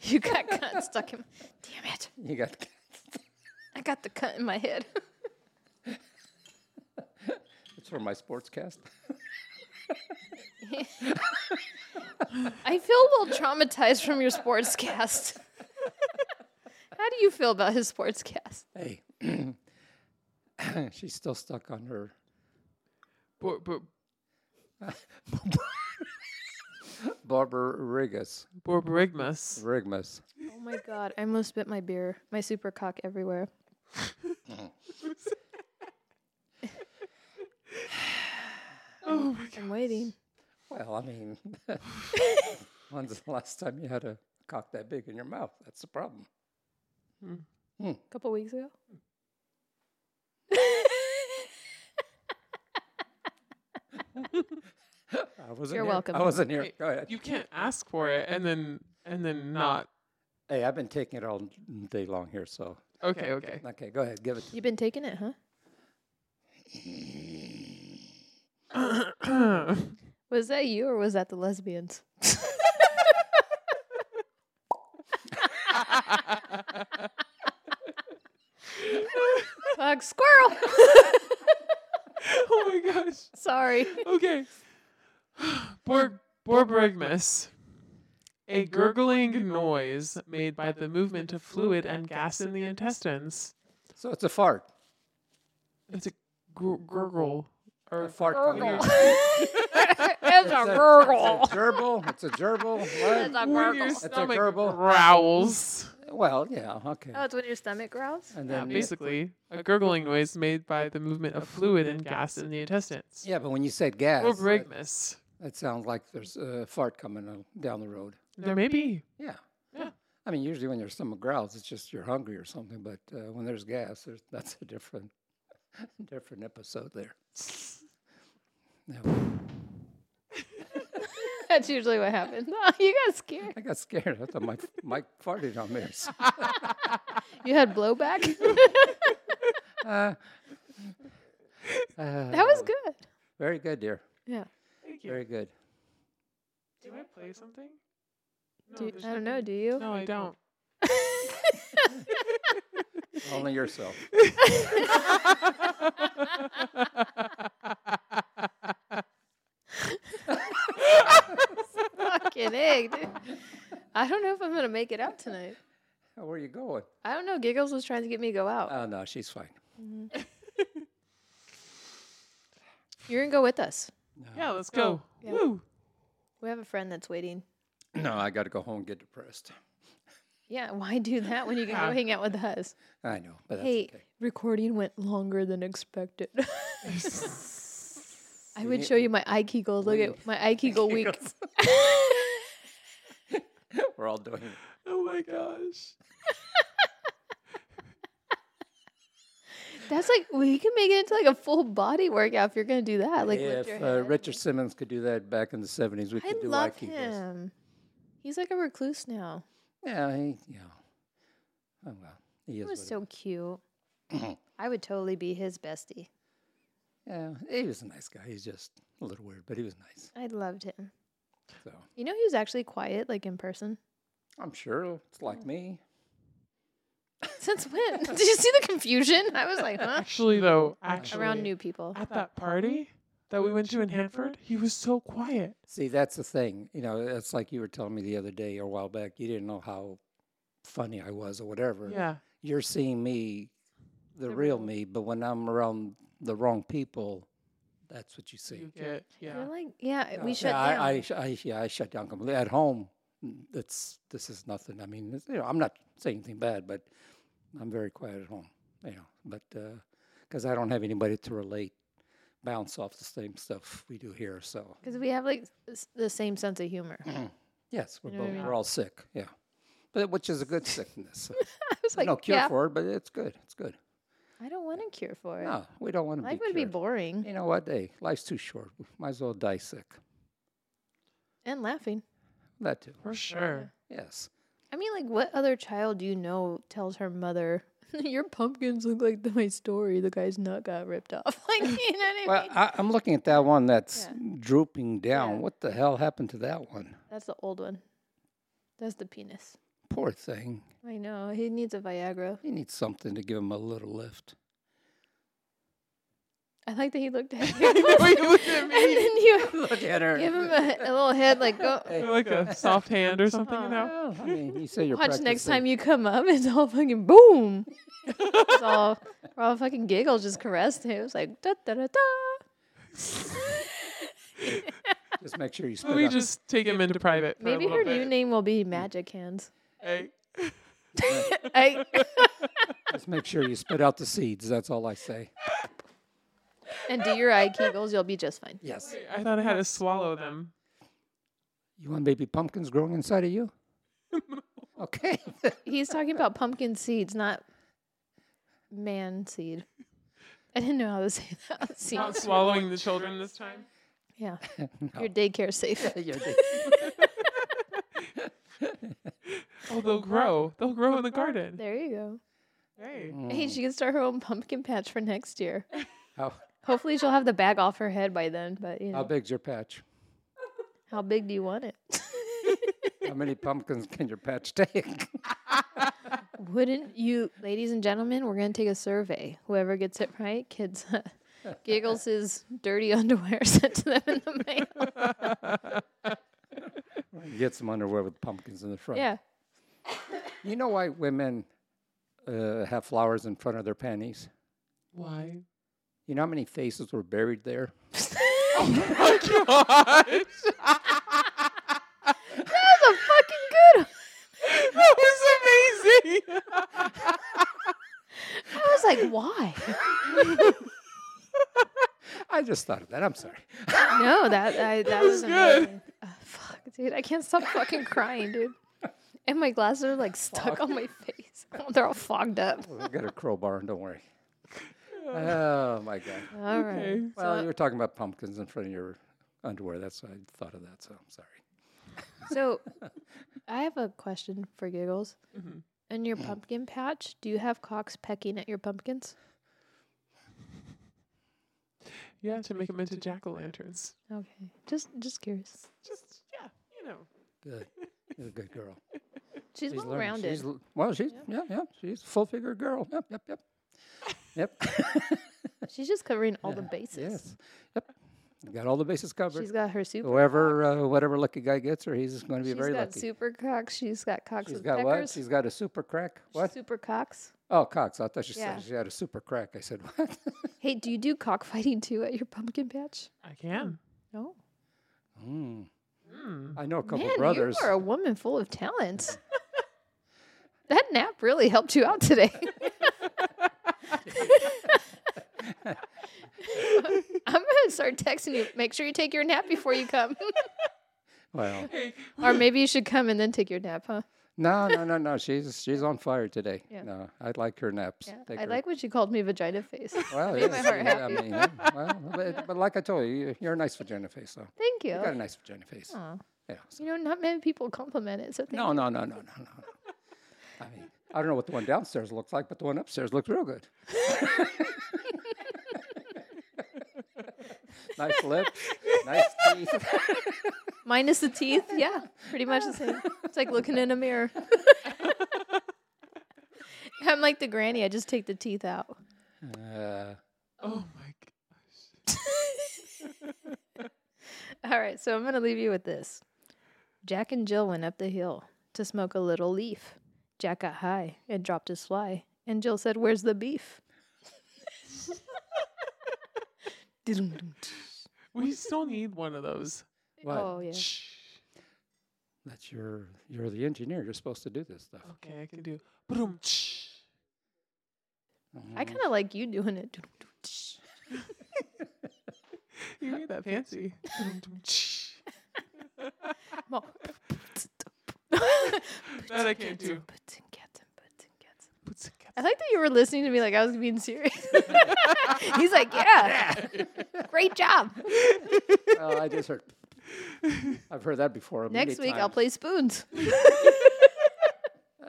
[SPEAKER 3] you got cunt stuck in. Damn it!
[SPEAKER 4] You got.
[SPEAKER 3] I got the cunt in my head.
[SPEAKER 4] It's for my sportscast.
[SPEAKER 3] I feel a little traumatized from your sports cast. How do you feel about his sports cast?
[SPEAKER 4] Hey, she's still stuck on her.
[SPEAKER 2] Bor- bor-
[SPEAKER 4] Barbarigus.
[SPEAKER 2] Borborigmus.
[SPEAKER 4] Rigmus.
[SPEAKER 3] Oh my god, I almost spit my beer, my super cock everywhere.
[SPEAKER 2] Oh my
[SPEAKER 3] I'm waiting.
[SPEAKER 4] Well, I mean, when's the last time you had a cock that big in your mouth? That's the problem.
[SPEAKER 3] A couple weeks ago.
[SPEAKER 4] I wasn't
[SPEAKER 3] You're
[SPEAKER 4] here.
[SPEAKER 3] welcome.
[SPEAKER 4] I wasn't here.
[SPEAKER 2] Wait,
[SPEAKER 4] Go ahead.
[SPEAKER 2] You can't ask for it and then and then not.
[SPEAKER 4] Hey, I've been taking it all day long here, so.
[SPEAKER 2] Okay, okay.
[SPEAKER 4] Okay, go ahead. Give it to
[SPEAKER 3] You've been taking it, huh? Was that you or was that the lesbians? Fuck squirrel.
[SPEAKER 2] oh my gosh.
[SPEAKER 3] Sorry.
[SPEAKER 2] Okay. Bor- Borborigmus. A gurgling noise made by the movement of fluid and gas in the intestines.
[SPEAKER 4] So it's a fart.
[SPEAKER 2] It's a gr- gurgle.
[SPEAKER 4] A
[SPEAKER 2] Or
[SPEAKER 4] fart.
[SPEAKER 3] Oh,
[SPEAKER 4] coming out.
[SPEAKER 3] It's a gurgle.
[SPEAKER 4] It's a gerbil. It's a gerbil. What?
[SPEAKER 2] when your stomach
[SPEAKER 4] gurgle.
[SPEAKER 2] growls.
[SPEAKER 4] Well, yeah, okay.
[SPEAKER 3] Oh, it's when your stomach growls?
[SPEAKER 4] And
[SPEAKER 2] Yeah,
[SPEAKER 4] then yeah,
[SPEAKER 2] basically, a gurgling noise made by the movement of fluid and gas in the intestines.
[SPEAKER 4] yeah, but when you said gas,
[SPEAKER 2] Oh,
[SPEAKER 4] that,
[SPEAKER 2] Borborigmus.
[SPEAKER 4] that sounds like there's a fart coming on- down the road.
[SPEAKER 2] There may be.
[SPEAKER 4] Yeah.
[SPEAKER 2] Yeah.
[SPEAKER 4] I mean, usually when your stomach growls, it's just you're hungry or something. But uh, when there's gas, there's, that's a different, different episode there. No,
[SPEAKER 3] That's usually what happens. Oh, you got scared.
[SPEAKER 4] I got scared. I thought my Mike farted on me. or something.
[SPEAKER 3] You had blowback?
[SPEAKER 4] Uh,
[SPEAKER 3] that was good.
[SPEAKER 4] very good, dear.
[SPEAKER 3] Yeah.
[SPEAKER 2] Thank you.
[SPEAKER 4] Very good.
[SPEAKER 2] Do I play something? No,
[SPEAKER 3] Do you-
[SPEAKER 2] there's
[SPEAKER 3] I don't know.
[SPEAKER 2] nothing.
[SPEAKER 3] Do you?
[SPEAKER 2] No, I don't.
[SPEAKER 4] Only yourself.
[SPEAKER 3] Fucking egg, dude. I don't know if I'm going to make it out tonight.
[SPEAKER 4] Where are you going?
[SPEAKER 3] I don't know. Giggles was trying to get me to go out.
[SPEAKER 4] Oh no, she's fine.
[SPEAKER 3] You're going to go with us.
[SPEAKER 2] yeah, let's go.
[SPEAKER 3] Yeah.
[SPEAKER 2] Woo.
[SPEAKER 3] We have a friend that's waiting.
[SPEAKER 4] No, I got to go home and get depressed.
[SPEAKER 3] Yeah, why do that when you can go hang out with us?
[SPEAKER 4] I know, but that's
[SPEAKER 3] hey,
[SPEAKER 4] okay.
[SPEAKER 3] recording went longer than expected. I would
[SPEAKER 4] need-
[SPEAKER 3] show you my iKegel. Look at my iKegel week.
[SPEAKER 4] We're all doing it.
[SPEAKER 2] Oh my gosh.
[SPEAKER 3] That's like well, you can make it into like a full body workout if you're gonna do that. Like lift your head.
[SPEAKER 4] if uh, Richard Simmons could do that back in the '70s, we
[SPEAKER 3] I
[SPEAKER 4] could do
[SPEAKER 3] love
[SPEAKER 4] Ike Eagles.
[SPEAKER 3] him. He's like a recluse now.
[SPEAKER 4] Yeah, he, yeah. Oh well, he
[SPEAKER 3] He
[SPEAKER 4] is.
[SPEAKER 3] was
[SPEAKER 4] what
[SPEAKER 3] so cute. I would totally be his bestie.
[SPEAKER 4] he- yeah, he was a nice guy. He's just a little weird, but he was nice.
[SPEAKER 3] I loved him.
[SPEAKER 4] So
[SPEAKER 3] You know, he was actually quiet, like in person.
[SPEAKER 4] I'm sure it's like me.
[SPEAKER 3] Since when? Did you see the confusion? I was like, huh?
[SPEAKER 2] Actually, though, actually,
[SPEAKER 3] Around new people.
[SPEAKER 2] at that party that we went to in Hanford, he was so quiet.
[SPEAKER 4] See, that's the thing. You know, that's like you were telling me the other day or a while back. You didn't know how funny I was or whatever.
[SPEAKER 2] Yeah.
[SPEAKER 4] You're seeing me, the, real me. But when I'm around the wrong people, that's what you see.
[SPEAKER 2] You get, yeah.
[SPEAKER 3] You're like, yeah, we
[SPEAKER 4] Uh,
[SPEAKER 3] shut
[SPEAKER 4] yeah, I-
[SPEAKER 3] down.
[SPEAKER 4] I, sh- I, yeah, I shut down completely. At home, mm, it's this is nothing. I mean, it's, you know, I'm not saying anything bad, but I'm very quiet at home. You know, but because I don't have anybody to relate, bounce off the same stuff we do here. So
[SPEAKER 3] Because we have like s- the same sense of humor. I
[SPEAKER 4] yes, we're
[SPEAKER 2] You know what
[SPEAKER 4] both,
[SPEAKER 2] I mean?
[SPEAKER 4] we're all sick. Yeah, but which is a good sickness. so
[SPEAKER 3] was like,
[SPEAKER 4] no cure
[SPEAKER 3] yeah,
[SPEAKER 4] for it, but it's good. It's good.
[SPEAKER 3] I don't want to cure for it.
[SPEAKER 4] No, we don't want to
[SPEAKER 3] Life
[SPEAKER 4] be.
[SPEAKER 3] would be
[SPEAKER 4] cured.
[SPEAKER 3] boring
[SPEAKER 4] You know what? Hey, life's too short. We might as well die sick.
[SPEAKER 3] and laughing.
[SPEAKER 4] That too.
[SPEAKER 2] For sure.
[SPEAKER 4] Yes.
[SPEAKER 3] I mean, like, what other child do you know tells her mother, "Your pumpkins look like the, my story. The guy's nut got ripped off." Like, you know what I
[SPEAKER 4] Well,
[SPEAKER 3] mean?
[SPEAKER 4] I, I'm looking at that one that's
[SPEAKER 3] Yeah.
[SPEAKER 4] drooping down.
[SPEAKER 3] Yeah.
[SPEAKER 4] What the hell happened to that one?
[SPEAKER 3] That's the old one. That's the penis.
[SPEAKER 4] Poor thing.
[SPEAKER 3] I know he needs a Viagra.
[SPEAKER 4] He needs something to give him a little lift.
[SPEAKER 3] I like that he looked at you.
[SPEAKER 2] Why you looking at
[SPEAKER 3] and
[SPEAKER 2] me?
[SPEAKER 3] then you
[SPEAKER 4] Look at her.
[SPEAKER 3] give him a, a little head, like, "Go."
[SPEAKER 2] Like a soft hand or something you know?
[SPEAKER 4] Well, I mean, you say you're
[SPEAKER 3] Watch next
[SPEAKER 4] practicing.
[SPEAKER 3] time you come up, it's all fucking boom. it's all, we're all fucking giggles just caressed him. It was like da da da da.
[SPEAKER 4] Just make sure you spit
[SPEAKER 2] we
[SPEAKER 4] up.
[SPEAKER 2] just take him into private. for a
[SPEAKER 3] Maybe
[SPEAKER 2] little
[SPEAKER 3] her
[SPEAKER 2] bit.
[SPEAKER 3] new name will
[SPEAKER 4] Mm.
[SPEAKER 3] be Magic Hands.
[SPEAKER 2] Hey,
[SPEAKER 3] I,
[SPEAKER 4] Just make sure you spit out the seeds. That's all I say.
[SPEAKER 3] and do your eye kegels, you'll be just fine.
[SPEAKER 4] Yes.
[SPEAKER 2] I thought I had to swallow them.
[SPEAKER 4] You want baby pumpkins growing inside of you? Okay.
[SPEAKER 3] He's talking about pumpkin seeds, not man seed. I didn't know how to say that.
[SPEAKER 2] Not
[SPEAKER 3] Seeds.
[SPEAKER 2] swallowing the children this time.
[SPEAKER 3] Yeah.
[SPEAKER 4] No.
[SPEAKER 3] Your daycare safe.
[SPEAKER 4] You're dead.
[SPEAKER 2] Oh, they'll grow. They'll grow in the garden.
[SPEAKER 3] There you go.
[SPEAKER 2] Hey,
[SPEAKER 3] Hey, she can start her own pumpkin patch for next year.
[SPEAKER 4] How,
[SPEAKER 3] Hopefully, she'll have the bag off her head by then. But you know,
[SPEAKER 4] how big's your patch?
[SPEAKER 3] how big do you want it?
[SPEAKER 4] How many pumpkins can your patch take?
[SPEAKER 3] Wouldn't you, ladies and gentlemen? We're gonna take a survey. Whoever gets it right, kids, giggles his dirty underwear sent to them in the mail.
[SPEAKER 4] Get some underwear with pumpkins in the front.
[SPEAKER 3] Yeah,
[SPEAKER 4] You know why women uh, have flowers in front of their panties?
[SPEAKER 2] why?
[SPEAKER 4] You know how many faces were buried there?
[SPEAKER 3] that's a fucking good.
[SPEAKER 2] that was amazing.
[SPEAKER 3] I was like, why?
[SPEAKER 4] I just thought of that. I'm sorry.
[SPEAKER 3] No, that I, that was
[SPEAKER 2] good.
[SPEAKER 3] amazing. Uh, fuck, dude, I can't stop fucking crying, dude. And my glasses are like stuck on my face. They're all fogged up.
[SPEAKER 4] I got a crowbar, don't worry. Oh my god.
[SPEAKER 3] All right.
[SPEAKER 4] Well, you were talking about pumpkins in front of your underwear. That's why I thought of that. So I'm sorry.
[SPEAKER 3] So, I have a question for Giggles. In your pumpkin patch, do you have cocks pecking at your pumpkins?
[SPEAKER 2] Yeah, to make them into jack o' lanterns.
[SPEAKER 3] Okay, just just curious.
[SPEAKER 2] Just yeah, you know.
[SPEAKER 4] Good. You're a good girl.
[SPEAKER 3] She's, well
[SPEAKER 4] learning.
[SPEAKER 3] rounded.
[SPEAKER 4] She's, l- well, she's yeah, yeah. She's a full figure girl. Yep, yep, yep. Yep.
[SPEAKER 3] She's just covering all the bases.
[SPEAKER 4] yes. Yep. Got all the bases covered.
[SPEAKER 3] She's got her super.
[SPEAKER 4] Whoever, uh, whatever lucky guy gets her, he's going to be
[SPEAKER 3] She's
[SPEAKER 4] very
[SPEAKER 3] got
[SPEAKER 4] lucky.
[SPEAKER 3] super cocks. She's got cocks
[SPEAKER 4] She's
[SPEAKER 3] with
[SPEAKER 4] got what?
[SPEAKER 3] peckers.
[SPEAKER 4] She's got a super crack. What?
[SPEAKER 3] Super cocks.
[SPEAKER 4] Oh, Cox. I thought she
[SPEAKER 3] Yeah.
[SPEAKER 4] said she had a super crack. I said what?
[SPEAKER 3] Hey, do you do cockfighting too at your pumpkin patch?
[SPEAKER 2] I can.
[SPEAKER 3] No.
[SPEAKER 4] mm.
[SPEAKER 2] Mm.
[SPEAKER 4] I know a couple
[SPEAKER 3] Man,
[SPEAKER 4] brothers.
[SPEAKER 3] you are a woman full of talent. that nap really helped you out today. I'm gonna start texting you. Make sure you take your nap before you come,
[SPEAKER 4] Well,
[SPEAKER 3] or maybe you should come and then take your nap, huh?
[SPEAKER 4] no, no, no, no. She's she's on fire today.
[SPEAKER 3] Yeah.
[SPEAKER 4] No, I like her naps. Take
[SPEAKER 3] I
[SPEAKER 4] her-
[SPEAKER 3] like what you called me vagina face.
[SPEAKER 4] Well,
[SPEAKER 3] made my
[SPEAKER 4] yes,
[SPEAKER 3] heart
[SPEAKER 4] yeah, I mean, yeah, well, but, but like I told you, you- you're a nice vagina face, though.
[SPEAKER 3] Thank
[SPEAKER 4] You got a
[SPEAKER 3] you.
[SPEAKER 4] nice vagina face.
[SPEAKER 3] Oh. Aw.
[SPEAKER 4] Yeah. so-
[SPEAKER 3] You know, not many people compliment it, so thank
[SPEAKER 4] No, no, no, no, no, no. no. I mean, I don't know what the one downstairs looks like, but the one upstairs looks real good. nice lips, nice teeth.
[SPEAKER 3] Minus the teeth, yeah, pretty much the same. It's like looking in a mirror. I'm like the granny. I just take the teeth out.
[SPEAKER 4] Uh,
[SPEAKER 2] Oh my. g-
[SPEAKER 3] All right, so I'm gonna leave you with this. Jack and Jill went up the hill to smoke a little leaf. Jack got high and dropped his fly, and Jill said, "Where's the beef?"
[SPEAKER 2] We still need one of those.
[SPEAKER 4] What?
[SPEAKER 3] Oh yeah.
[SPEAKER 2] Shh.
[SPEAKER 4] that's your. You're the engineer. You're supposed to do this stuff.
[SPEAKER 2] Okay, I can do. Boom. Shh.
[SPEAKER 3] I kind of like you doing it.
[SPEAKER 2] You made that fancy. Boom. Shh.
[SPEAKER 3] Mo-
[SPEAKER 2] That I can't do.
[SPEAKER 3] I like that you were listening to me like I was being serious. He's like, yeah, great job.
[SPEAKER 4] Well, Uh, I just heard. I've heard that before. many
[SPEAKER 3] Next week I'll
[SPEAKER 4] times.
[SPEAKER 3] play spoons.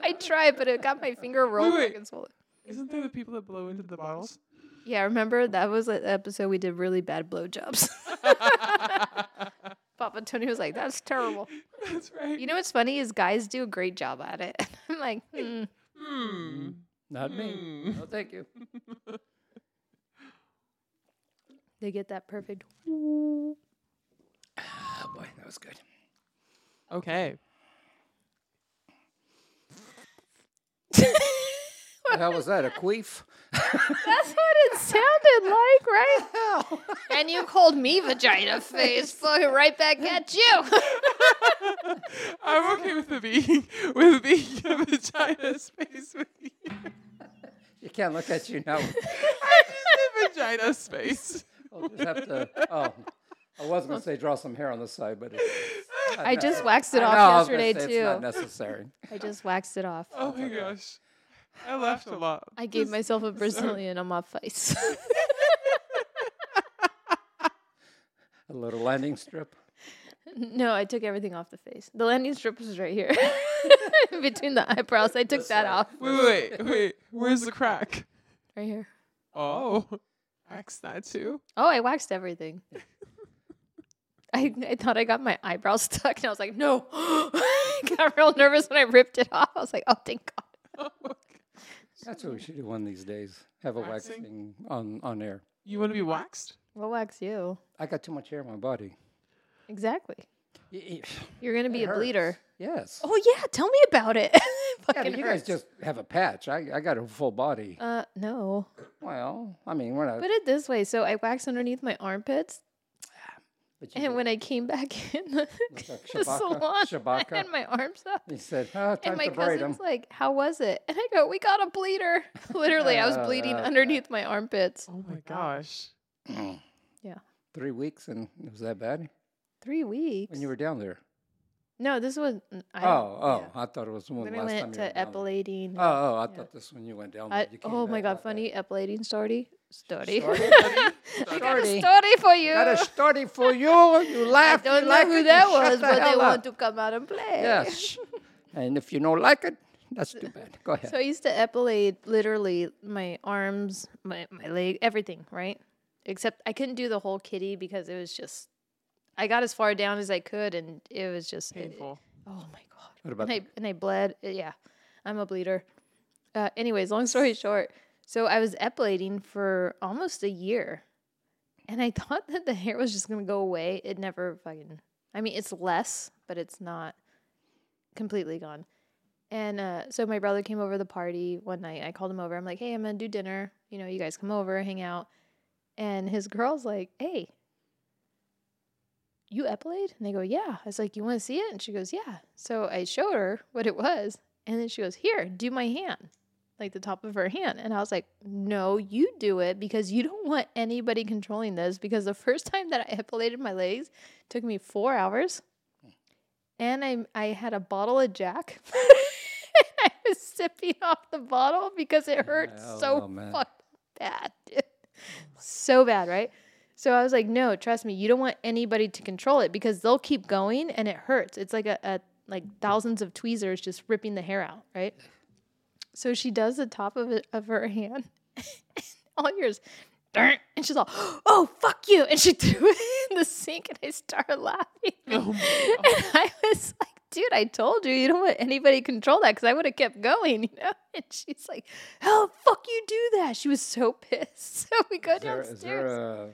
[SPEAKER 3] I tried, but it got my finger rolled
[SPEAKER 2] wait.
[SPEAKER 3] back and swollen.
[SPEAKER 2] Isn't there the people that blow into the bottles?
[SPEAKER 3] Yeah, remember that was an episode we did really bad blowjobs. Papa Tony was like, "That's terrible."
[SPEAKER 2] That's right.
[SPEAKER 3] You know what's funny is guys do a great job at it. I'm like, hmm.
[SPEAKER 2] Hmm.
[SPEAKER 4] Not me.
[SPEAKER 2] Hmm.
[SPEAKER 4] No, thank you.
[SPEAKER 3] they get that perfect.
[SPEAKER 4] Oh boy, that was good.
[SPEAKER 2] Okay.
[SPEAKER 4] What the hell was that? A queef?
[SPEAKER 3] That's what it sounded like, right? And you called me vagina face. Fucking right back at you.
[SPEAKER 2] I'm okay with it being with it being a vagina space with you.
[SPEAKER 4] You can't look at you now.
[SPEAKER 2] I just said vagina space.
[SPEAKER 4] We'll just have to. Oh, I was going to say draw some hair on the side, but it's
[SPEAKER 3] I just waxed it
[SPEAKER 4] I
[SPEAKER 3] off
[SPEAKER 4] know, I was gonna
[SPEAKER 3] yesterday,
[SPEAKER 4] say
[SPEAKER 3] too.
[SPEAKER 4] It's not necessary.
[SPEAKER 3] I just waxed it off.
[SPEAKER 2] Oh my gosh. I laughed a lot.
[SPEAKER 3] I gave myself a Brazilian on my face.
[SPEAKER 4] A little landing strip.
[SPEAKER 3] no, I took everything off the face. The landing strip was right here between the eyebrows. I took that off
[SPEAKER 2] Wait, wait, wait. Where's the crack?
[SPEAKER 3] right here.
[SPEAKER 2] Oh, axe that too.
[SPEAKER 3] Oh, I waxed everything. I, I thought I got my eyebrows stuck, and I was like, no. I got real nervous when I ripped it off. I was like, oh, thank God.
[SPEAKER 2] Oh my g-
[SPEAKER 4] That's what we should do one of these days. Have a
[SPEAKER 2] Waxing?
[SPEAKER 4] waxing on, on air.
[SPEAKER 2] You want to be waxed?
[SPEAKER 3] We'll wax you.
[SPEAKER 4] I got too much hair on my body.
[SPEAKER 3] Exactly.
[SPEAKER 4] Y- y-
[SPEAKER 3] You're going to be
[SPEAKER 4] it
[SPEAKER 3] a
[SPEAKER 4] hurts.
[SPEAKER 3] bleeder.
[SPEAKER 4] Yes.
[SPEAKER 3] Oh, yeah. Tell me about it. It
[SPEAKER 4] Yeah,
[SPEAKER 3] Fucking
[SPEAKER 4] but you
[SPEAKER 3] hurts.
[SPEAKER 4] guys just have a patch. I, I got a full body.
[SPEAKER 3] uh, no.
[SPEAKER 4] well, I mean, we're not.
[SPEAKER 3] Put it this way. So I waxed underneath my armpits,
[SPEAKER 4] but you
[SPEAKER 3] and
[SPEAKER 4] did
[SPEAKER 3] when I came back in the,
[SPEAKER 4] look like
[SPEAKER 3] the salon, I
[SPEAKER 4] Shabaka.
[SPEAKER 3] had my arms up.
[SPEAKER 4] He said, oh, time
[SPEAKER 3] And my
[SPEAKER 4] to braid
[SPEAKER 3] cousin's
[SPEAKER 4] him.
[SPEAKER 3] like, How was it? And I go, We got a bleeder. Literally, I was
[SPEAKER 4] Oh,
[SPEAKER 3] bleeding
[SPEAKER 4] okay.
[SPEAKER 3] underneath my armpits.
[SPEAKER 2] Oh my gosh.
[SPEAKER 3] Yeah.
[SPEAKER 4] Three weeks, and it was that bad
[SPEAKER 3] Three weeks.
[SPEAKER 4] when you were down there.
[SPEAKER 3] No, this was. mm, I,
[SPEAKER 4] oh, oh,
[SPEAKER 3] yeah.
[SPEAKER 4] I thought it was the one
[SPEAKER 3] Then I
[SPEAKER 4] last
[SPEAKER 3] went
[SPEAKER 4] time you
[SPEAKER 3] to
[SPEAKER 4] were down there.
[SPEAKER 3] epilating.
[SPEAKER 4] Oh, oh, I
[SPEAKER 3] yeah.
[SPEAKER 4] thought this one you went down.
[SPEAKER 3] I,
[SPEAKER 4] there. You came
[SPEAKER 3] oh my
[SPEAKER 4] back
[SPEAKER 3] god,
[SPEAKER 4] like that.
[SPEAKER 3] funny epilating story. Story.
[SPEAKER 4] Story,
[SPEAKER 3] I got a
[SPEAKER 4] Story.
[SPEAKER 3] story for you.
[SPEAKER 4] Got a story for you. You laugh.
[SPEAKER 3] Don't
[SPEAKER 4] you
[SPEAKER 3] know
[SPEAKER 4] like
[SPEAKER 3] who
[SPEAKER 4] it,
[SPEAKER 3] that
[SPEAKER 4] you shut
[SPEAKER 3] was,
[SPEAKER 4] the
[SPEAKER 3] but they
[SPEAKER 4] hell
[SPEAKER 3] want
[SPEAKER 4] up.
[SPEAKER 3] to come out and play.
[SPEAKER 4] Yes. and if you don't like it, that's too bad. Go ahead.
[SPEAKER 3] So I used to epilate literally my arms, my, my leg, everything, right? Except I couldn't do the whole kitty because it was just, I got as far down as I could and it was just it-
[SPEAKER 2] Painful.
[SPEAKER 3] oh my God.
[SPEAKER 4] what about
[SPEAKER 3] and I and I bled. Uh, Yeah, I'm a bleeder. Uh, anyways, long story short, so I was epilating for almost a year, and I thought that the hair was just gonna go away. It never fucking. I mean, it's less, but it's not completely gone. And uh, so my brother came over to the party one night. I called him over. I'm like, "Hey, I'm gonna do dinner. You know, you guys come over, hang out." And his girl's like, "Hey, you epilate? And I go, yeah. I was like, you want to see it? And she goes, yeah. So I showed her what it was. And then she goes, here, do my hand, like the top of her hand. And I was like, no, you do it because you don't want anybody controlling this. Because the first time that I epilated my legs took me four hours. And I, I had a bottle of Jack. I was sipping off the bottle because it hurt so
[SPEAKER 4] Oh, man.
[SPEAKER 3] fucking bad, dude. So bad, right? So I was like, no, trust me, you don't want anybody to control it because they'll keep going and it hurts. It's like a, a like thousands of tweezers just ripping the hair out, right? So she does the top of it of her hand, all yours, and she's all, oh fuck you, and she threw it in the sink, and I started laughing.
[SPEAKER 2] Oh
[SPEAKER 3] and
[SPEAKER 2] my God.
[SPEAKER 3] I was like, dude, I told you, you don't want anybody to control that because I would have kept going, you know. And she's like, oh fuck you, do that. She was so pissed. So we go
[SPEAKER 4] is there,
[SPEAKER 3] downstairs.
[SPEAKER 4] is there a,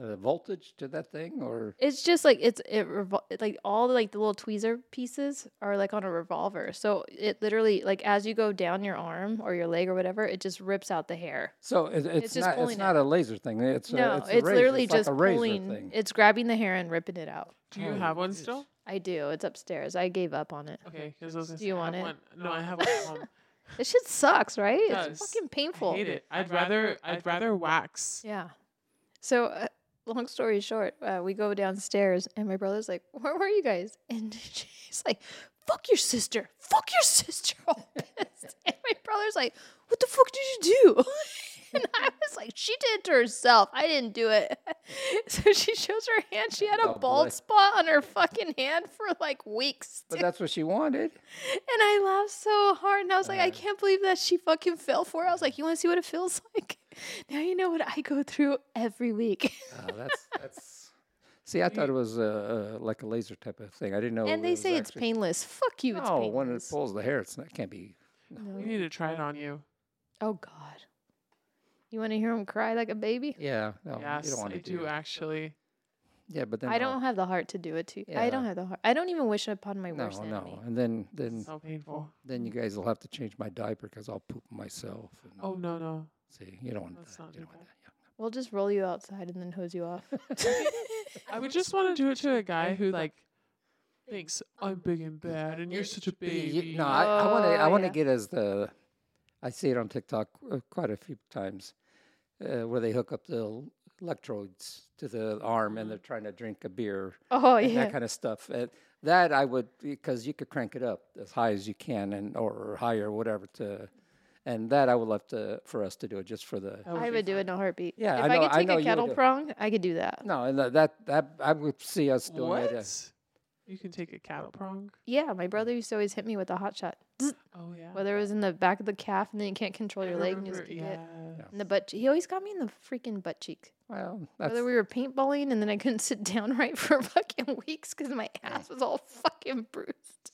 [SPEAKER 4] a voltage to that thing, or
[SPEAKER 3] It's just like it's it revol- like all the, like the little tweezer pieces are like on a revolver. So it literally like as you go down your arm or your leg or whatever, it just rips out the hair.
[SPEAKER 4] so it, it's,
[SPEAKER 3] just
[SPEAKER 4] not?
[SPEAKER 3] pulling
[SPEAKER 4] It's
[SPEAKER 3] it.
[SPEAKER 4] not a laser thing. It's
[SPEAKER 3] no,
[SPEAKER 4] a,
[SPEAKER 3] it's,
[SPEAKER 4] it's, a razor.
[SPEAKER 3] literally
[SPEAKER 4] it's like
[SPEAKER 3] just
[SPEAKER 4] a razor
[SPEAKER 3] pulling.
[SPEAKER 4] Thing.
[SPEAKER 3] It's grabbing the hair and ripping it out.
[SPEAKER 2] Do you
[SPEAKER 4] Oh,
[SPEAKER 2] have one
[SPEAKER 4] it's-
[SPEAKER 2] still?
[SPEAKER 3] I do. It's upstairs. I gave up on it.
[SPEAKER 2] Okay, because I was gonna
[SPEAKER 3] Do
[SPEAKER 2] say,
[SPEAKER 3] you
[SPEAKER 2] I
[SPEAKER 3] want
[SPEAKER 2] have
[SPEAKER 3] it?
[SPEAKER 2] One. No, I have one. at home.
[SPEAKER 3] This shit sucks, right?
[SPEAKER 2] does.
[SPEAKER 3] It's fucking
[SPEAKER 2] I
[SPEAKER 3] painful.
[SPEAKER 2] hate it. I'd rather I'd rather wax.
[SPEAKER 3] Yeah. So, uh, long story short, uh, we go downstairs, and my brother's like, "Where were you guys?" And she's like, "Fuck your sister! Fuck your sister!" All pissed. and my brother's like, "What the fuck did you do?" and I was like, "She did it to herself. I didn't do it." so she shows her hand. She had a
[SPEAKER 4] Oh, boy.
[SPEAKER 3] bald spot on her fucking hand for like weeks.
[SPEAKER 4] But
[SPEAKER 3] dude.
[SPEAKER 4] that's what she wanted.
[SPEAKER 3] And I laughed so hard, and I was like, I can't believe that she fucking fell for it. I was like, you want to see what it feels like? Now you know what I go through every week.
[SPEAKER 4] Oh, that's that's. See, I thought it was uh, uh, like a laser type of thing. I didn't know.
[SPEAKER 3] and they say it's
[SPEAKER 4] painful.
[SPEAKER 3] painless. Fuck you, it's
[SPEAKER 4] No,
[SPEAKER 3] painless.
[SPEAKER 4] when it Oh, pulls the hair, it's not, it can't be.
[SPEAKER 2] We need to try it on you.
[SPEAKER 3] Oh God, you want to hear him cry like a baby?
[SPEAKER 4] Yeah, no, you
[SPEAKER 2] yes,
[SPEAKER 4] don't want
[SPEAKER 2] I
[SPEAKER 4] to
[SPEAKER 2] do actually.
[SPEAKER 4] Yeah, but then
[SPEAKER 3] I
[SPEAKER 4] no,
[SPEAKER 3] don't have the heart to do it to you. I don't
[SPEAKER 4] Yeah.
[SPEAKER 3] have the heart. I don't even wish upon my worst
[SPEAKER 4] No,
[SPEAKER 3] enemy.
[SPEAKER 4] no, and then then
[SPEAKER 2] So painful.
[SPEAKER 4] then you guys will have to change my diaper because I'll poop myself. and-
[SPEAKER 2] Oh no no.
[SPEAKER 4] See, you don't want
[SPEAKER 2] Let's
[SPEAKER 4] that.
[SPEAKER 2] not
[SPEAKER 4] You
[SPEAKER 2] do
[SPEAKER 4] don't want that. Yeah.
[SPEAKER 3] We'll just roll you outside and then hose you off.
[SPEAKER 2] I would just want to do it to a guy who like thinks I'm big and bad, and you're such a
[SPEAKER 4] You-
[SPEAKER 2] baby.
[SPEAKER 4] No, I, I want to. I
[SPEAKER 3] Oh,
[SPEAKER 4] want to
[SPEAKER 3] yeah.
[SPEAKER 4] get as the. I see it on TikTok uh, quite a few times, uh, where they hook up the l- electrodes to the arm
[SPEAKER 3] Mm-hmm.
[SPEAKER 4] and they're trying to drink a beer,
[SPEAKER 3] oh
[SPEAKER 4] and
[SPEAKER 3] yeah.
[SPEAKER 4] that kind of stuff. Uh, that I would because you could crank it up as high as you can and or higher, whatever to, and that I would love to for us to do it just for the.
[SPEAKER 2] That
[SPEAKER 3] I
[SPEAKER 2] be
[SPEAKER 3] would do
[SPEAKER 2] fun.
[SPEAKER 3] it in a heartbeat.
[SPEAKER 4] Yeah,
[SPEAKER 3] if
[SPEAKER 4] I
[SPEAKER 3] I,
[SPEAKER 4] know-
[SPEAKER 3] could
[SPEAKER 4] I
[SPEAKER 3] take
[SPEAKER 4] know you
[SPEAKER 3] a
[SPEAKER 4] would
[SPEAKER 3] kettle
[SPEAKER 4] do it.
[SPEAKER 3] prong, I could do that.
[SPEAKER 4] No, and tha- that that I would see us doing
[SPEAKER 2] What?
[SPEAKER 4] it. uh,
[SPEAKER 2] You can take a cattle prong.
[SPEAKER 3] Yeah, my brother used to always hit me with a hot shot. Zzz,
[SPEAKER 2] Oh yeah.
[SPEAKER 3] Whether it was in the back of the calf and then you can't control
[SPEAKER 2] I
[SPEAKER 3] your leg and you just
[SPEAKER 2] remember-
[SPEAKER 3] kick it.
[SPEAKER 2] yeah.
[SPEAKER 3] In the butt. He always got me in the freaking butt cheek.
[SPEAKER 4] Well, that's
[SPEAKER 3] Whether we were paintballing and then I couldn't sit down right for fucking weeks because my
[SPEAKER 2] Eh.
[SPEAKER 3] ass was all fucking bruised.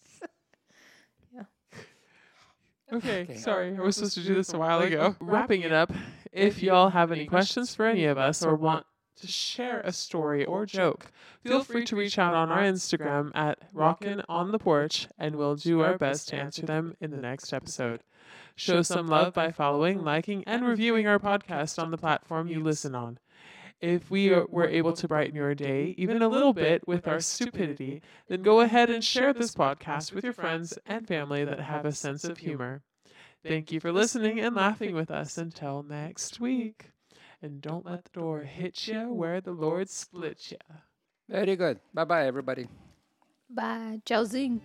[SPEAKER 2] Okay,
[SPEAKER 4] Okay.
[SPEAKER 2] sorry. I was supposed to do this a while ago. Wrapping it up, if y'all have any questions for any of us or want to share a story or joke, feel free to reach out on our Instagram at Rockin' on the Porch and we'll do our best to answer them in the next episode. Show some love by following, liking, and reviewing our podcast on the platform you listen on. If we are- were able to brighten your day even a little bit with our stupidity, then go ahead and share this podcast with your friends and family that have a sense of humor. Thank you for listening and laughing with us until next week. And don't let the door hit you where the Lord split you.
[SPEAKER 4] very good. Bye bye, everybody.
[SPEAKER 3] Bye. Ciao Zing.